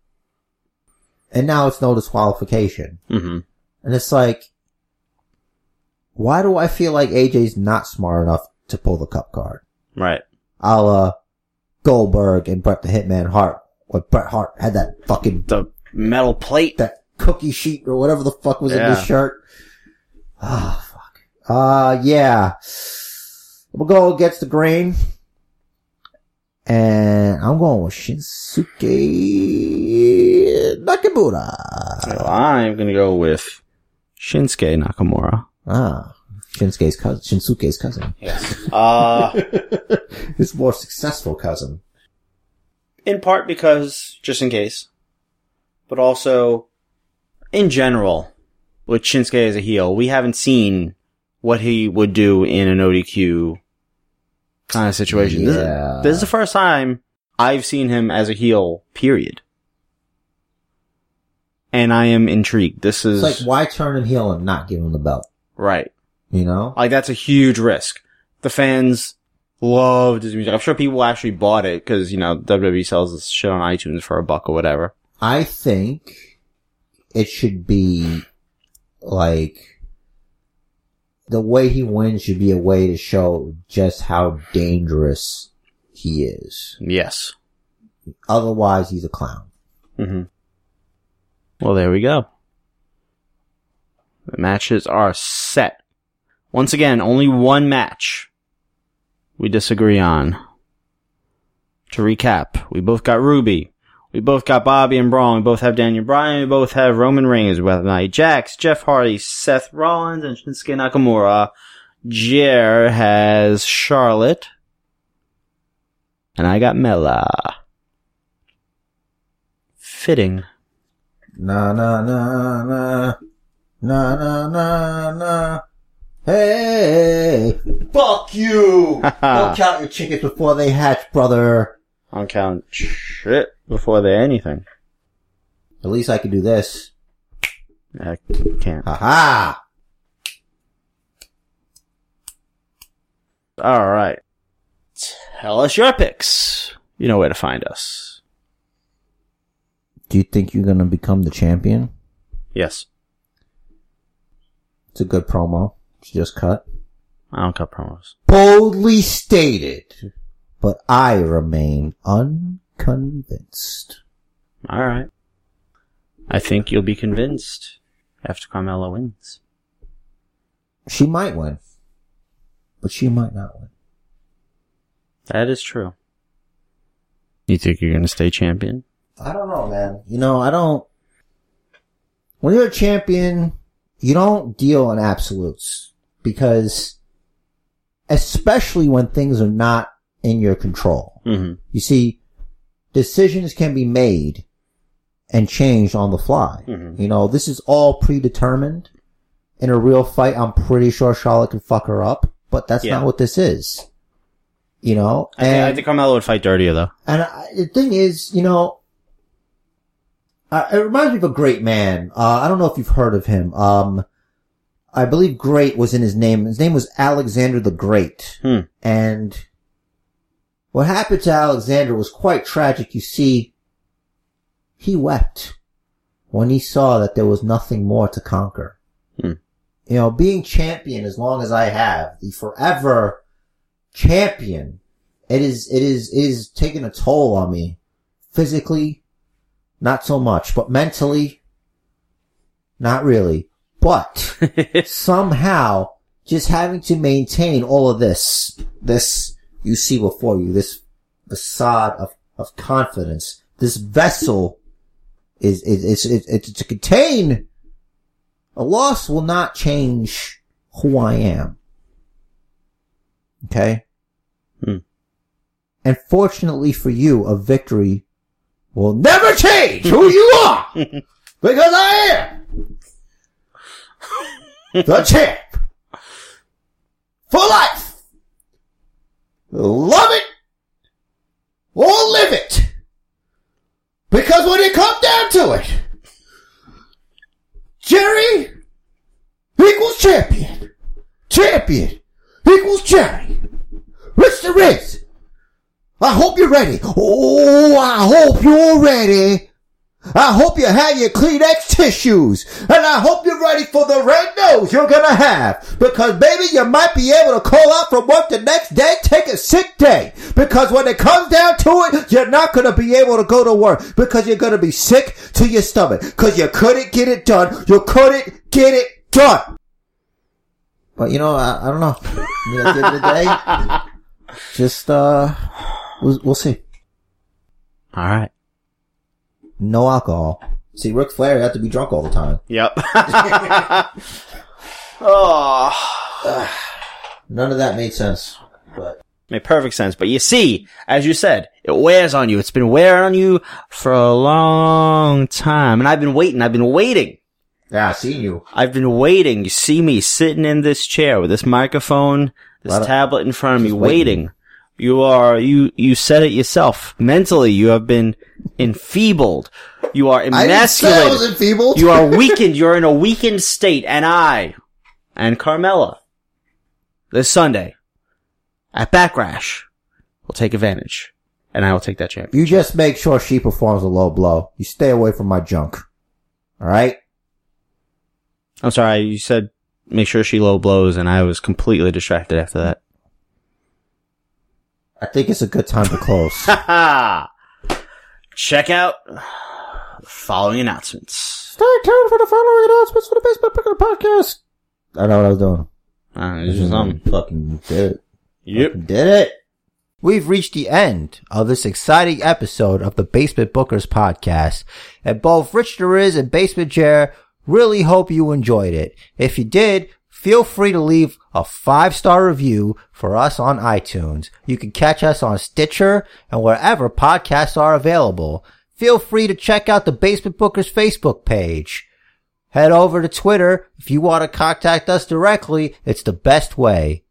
Speaker 4: And now it's no disqualification.
Speaker 3: Mm-hmm.
Speaker 4: And it's like, why do I feel like AJ's not smart enough to pull the cup card?
Speaker 3: Right.
Speaker 4: A la Goldberg and Bret the Hitman Hart, when Bret Hart had that fucking
Speaker 3: The metal plate.
Speaker 4: that cookie sheet or whatever the fuck was in
Speaker 3: Yeah.
Speaker 4: his shirt. Ah, fuck. Uh, yeah. We'll go against the grain. And I'm going with Shinsuke Nakamura.
Speaker 3: Well, I'm gonna go with Shinsuke Nakamura.
Speaker 4: Ah, Shinsuke's cousin, Shinsuke's cousin.
Speaker 3: Uh,
Speaker 4: His more successful cousin.
Speaker 3: in part because, just in case, but also, in general, with Shinsuke as a heel, we haven't seen what he would do in an ODQ kind of situation. This-
Speaker 4: Yeah.
Speaker 3: This, is the first time I've seen him as a heel, period. And I am intrigued. This
Speaker 4: It's
Speaker 3: is
Speaker 4: like, why turn him heel and not give him the belt?
Speaker 3: right.
Speaker 4: You know?
Speaker 3: Like that's a huge risk. The fans loved his music. I'm sure people actually bought it because you know WWE sells this shit on iTunes for a buck or whatever.
Speaker 4: I think it should be like the way he wins should be a way to show just how dangerous he is.
Speaker 3: Yes.
Speaker 4: Otherwise,
Speaker 3: Mm-hmm.
Speaker 4: he's a clown.
Speaker 3: hmm Well, there we go. The matches are set. Once again, only one match we disagree on. To recap, we both got Ruby. We both got Bobby and Braun. We both have Daniel Bryan. We both have Roman Reigns. We have Nia Jax, Jeff Hardy, Seth Rollins, and Shinsuke Nakamura. Jer has Charlotte. And I got Mela. Fitting.
Speaker 4: Na na na na na na na na. Hey! Fuck you! Don't count your chickens before they hatch, brother.
Speaker 3: I don't count shit before they're anything.
Speaker 4: At least I can do this.
Speaker 3: I can't.
Speaker 4: Ha ha!
Speaker 3: All right. Tell us your picks. You know where to find us.
Speaker 4: Do you think you're gonna become the champion?
Speaker 3: Yes.
Speaker 4: It's a good promo. She just cut.
Speaker 3: I don't cut promos.
Speaker 4: Boldly stated, but I remain unconvinced.
Speaker 3: All right. I think you'll be convinced after Carmella wins.
Speaker 4: She might win, but she might not win.
Speaker 3: That is true. You think you're going to stay champion?
Speaker 4: I don't know, man. You know, I don't. When you're a champion, you don't deal in absolutes because, especially when things are not in your control.
Speaker 3: Mm-hmm.
Speaker 4: You see, decisions can be made and changed on the fly.
Speaker 3: Mhm.
Speaker 4: You know, this is all predetermined. In a real fight, I'm pretty sure Charlotte can fuck her up, but that's
Speaker 3: Yeah.
Speaker 4: not what this is. You know,
Speaker 3: I, think, I think Carmella would fight dirtier though.
Speaker 4: and I, the thing is, you know, uh, it reminds me of a great man. Uh, I don't know if you've heard of him. Um, I believe great was in his name. His name was Alexander the Great.
Speaker 3: Hmm.
Speaker 4: And what happened to Alexander was quite tragic. You see, he wept when he saw that there was nothing more to conquer.
Speaker 3: Hmm.
Speaker 4: You know, being champion as long as I have, the forever champion, it is, it is, it is taking a toll on me. Physically, not so much, but mentally, not really. But somehow, just having to maintain all of this, this you see before you, this facade of, of confidence, this vessel is, is, is, is, is to contain a loss will not change who I am. Okay?
Speaker 3: Hmm.
Speaker 4: And fortunately for you, a victory will never change who you are! because I am the champ! For life! Love it! Or live it! Because when it comes down to it, Jerry equals champion. Champion equals Jerry. Rich the Riz. I hope you're ready. Oh, I hope you're ready. I hope you have your Kleenex tissues. And I hope you're ready for the red nose you're gonna have. Because baby, you might be able to call out from work the next day, take a sick day. Because when it comes down to it, you're not gonna be able to go to work. Because you're gonna be sick to your stomach. Cause you couldn't get it done. You couldn't get it done. But you know, I, I don't know. I mean, at the end of the day, just, uh, we'll, we'll see.
Speaker 3: All right.
Speaker 4: No alcohol. See, Ric Flair had to be drunk all the time.
Speaker 3: Yep. oh.
Speaker 4: None of that made sense. But
Speaker 3: Made perfect sense. But you see, as you said, it wears on you. It's been wearing on you for a long time. And I've been waiting. I've been waiting.
Speaker 4: yeah, I seen you.
Speaker 3: I've been waiting. You see me sitting in this chair with this microphone, this
Speaker 4: Lot of-
Speaker 3: tablet in front of me,
Speaker 4: just waiting.
Speaker 3: waiting. You are, you, you said it yourself. Mentally, you have been enfeebled. You are
Speaker 4: I
Speaker 3: emasculated.
Speaker 4: was enfeebled.
Speaker 3: you are weakened. You're in a weakened state. And I, and Carmella, this Sunday, at Backlash, will take advantage. And I will take that champion.
Speaker 4: You just make sure she performs a low blow. You stay away from my junk. All right.
Speaker 3: I'm sorry, you said make sure she low blows, and I was completely distracted after that.
Speaker 4: I think it's a good time to close.
Speaker 3: Check out following announcements.
Speaker 4: Stay tuned for the following announcements for the Basement Picker Podcast. I know what I was doing.
Speaker 3: Uh, it's just, um,
Speaker 4: fucking did it.
Speaker 3: yep.
Speaker 4: Fucking Did it. We've reached the end of this exciting episode of the Basement Bookers podcast, and both Rich Deriz and Basement Chair really hope you enjoyed it. If you did, feel free to leave a five star review for us on iTunes. You can catch us on Stitcher and wherever podcasts are available. Feel free to check out the Basement Bookers Facebook page. Head over to Twitter if you want to contact us directly. It's the best way.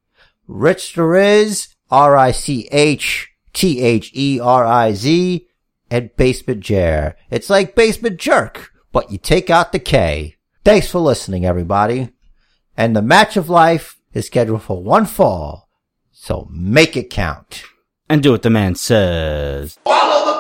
Speaker 4: Rich Riz, R I C H T H E R I Z, and Basement Jer. It's like Basement Jerk, but you take out the K. Thanks for listening, everybody. And the match of life is scheduled for one fall, so make it count.
Speaker 3: And do what the man says.
Speaker 1: Follow the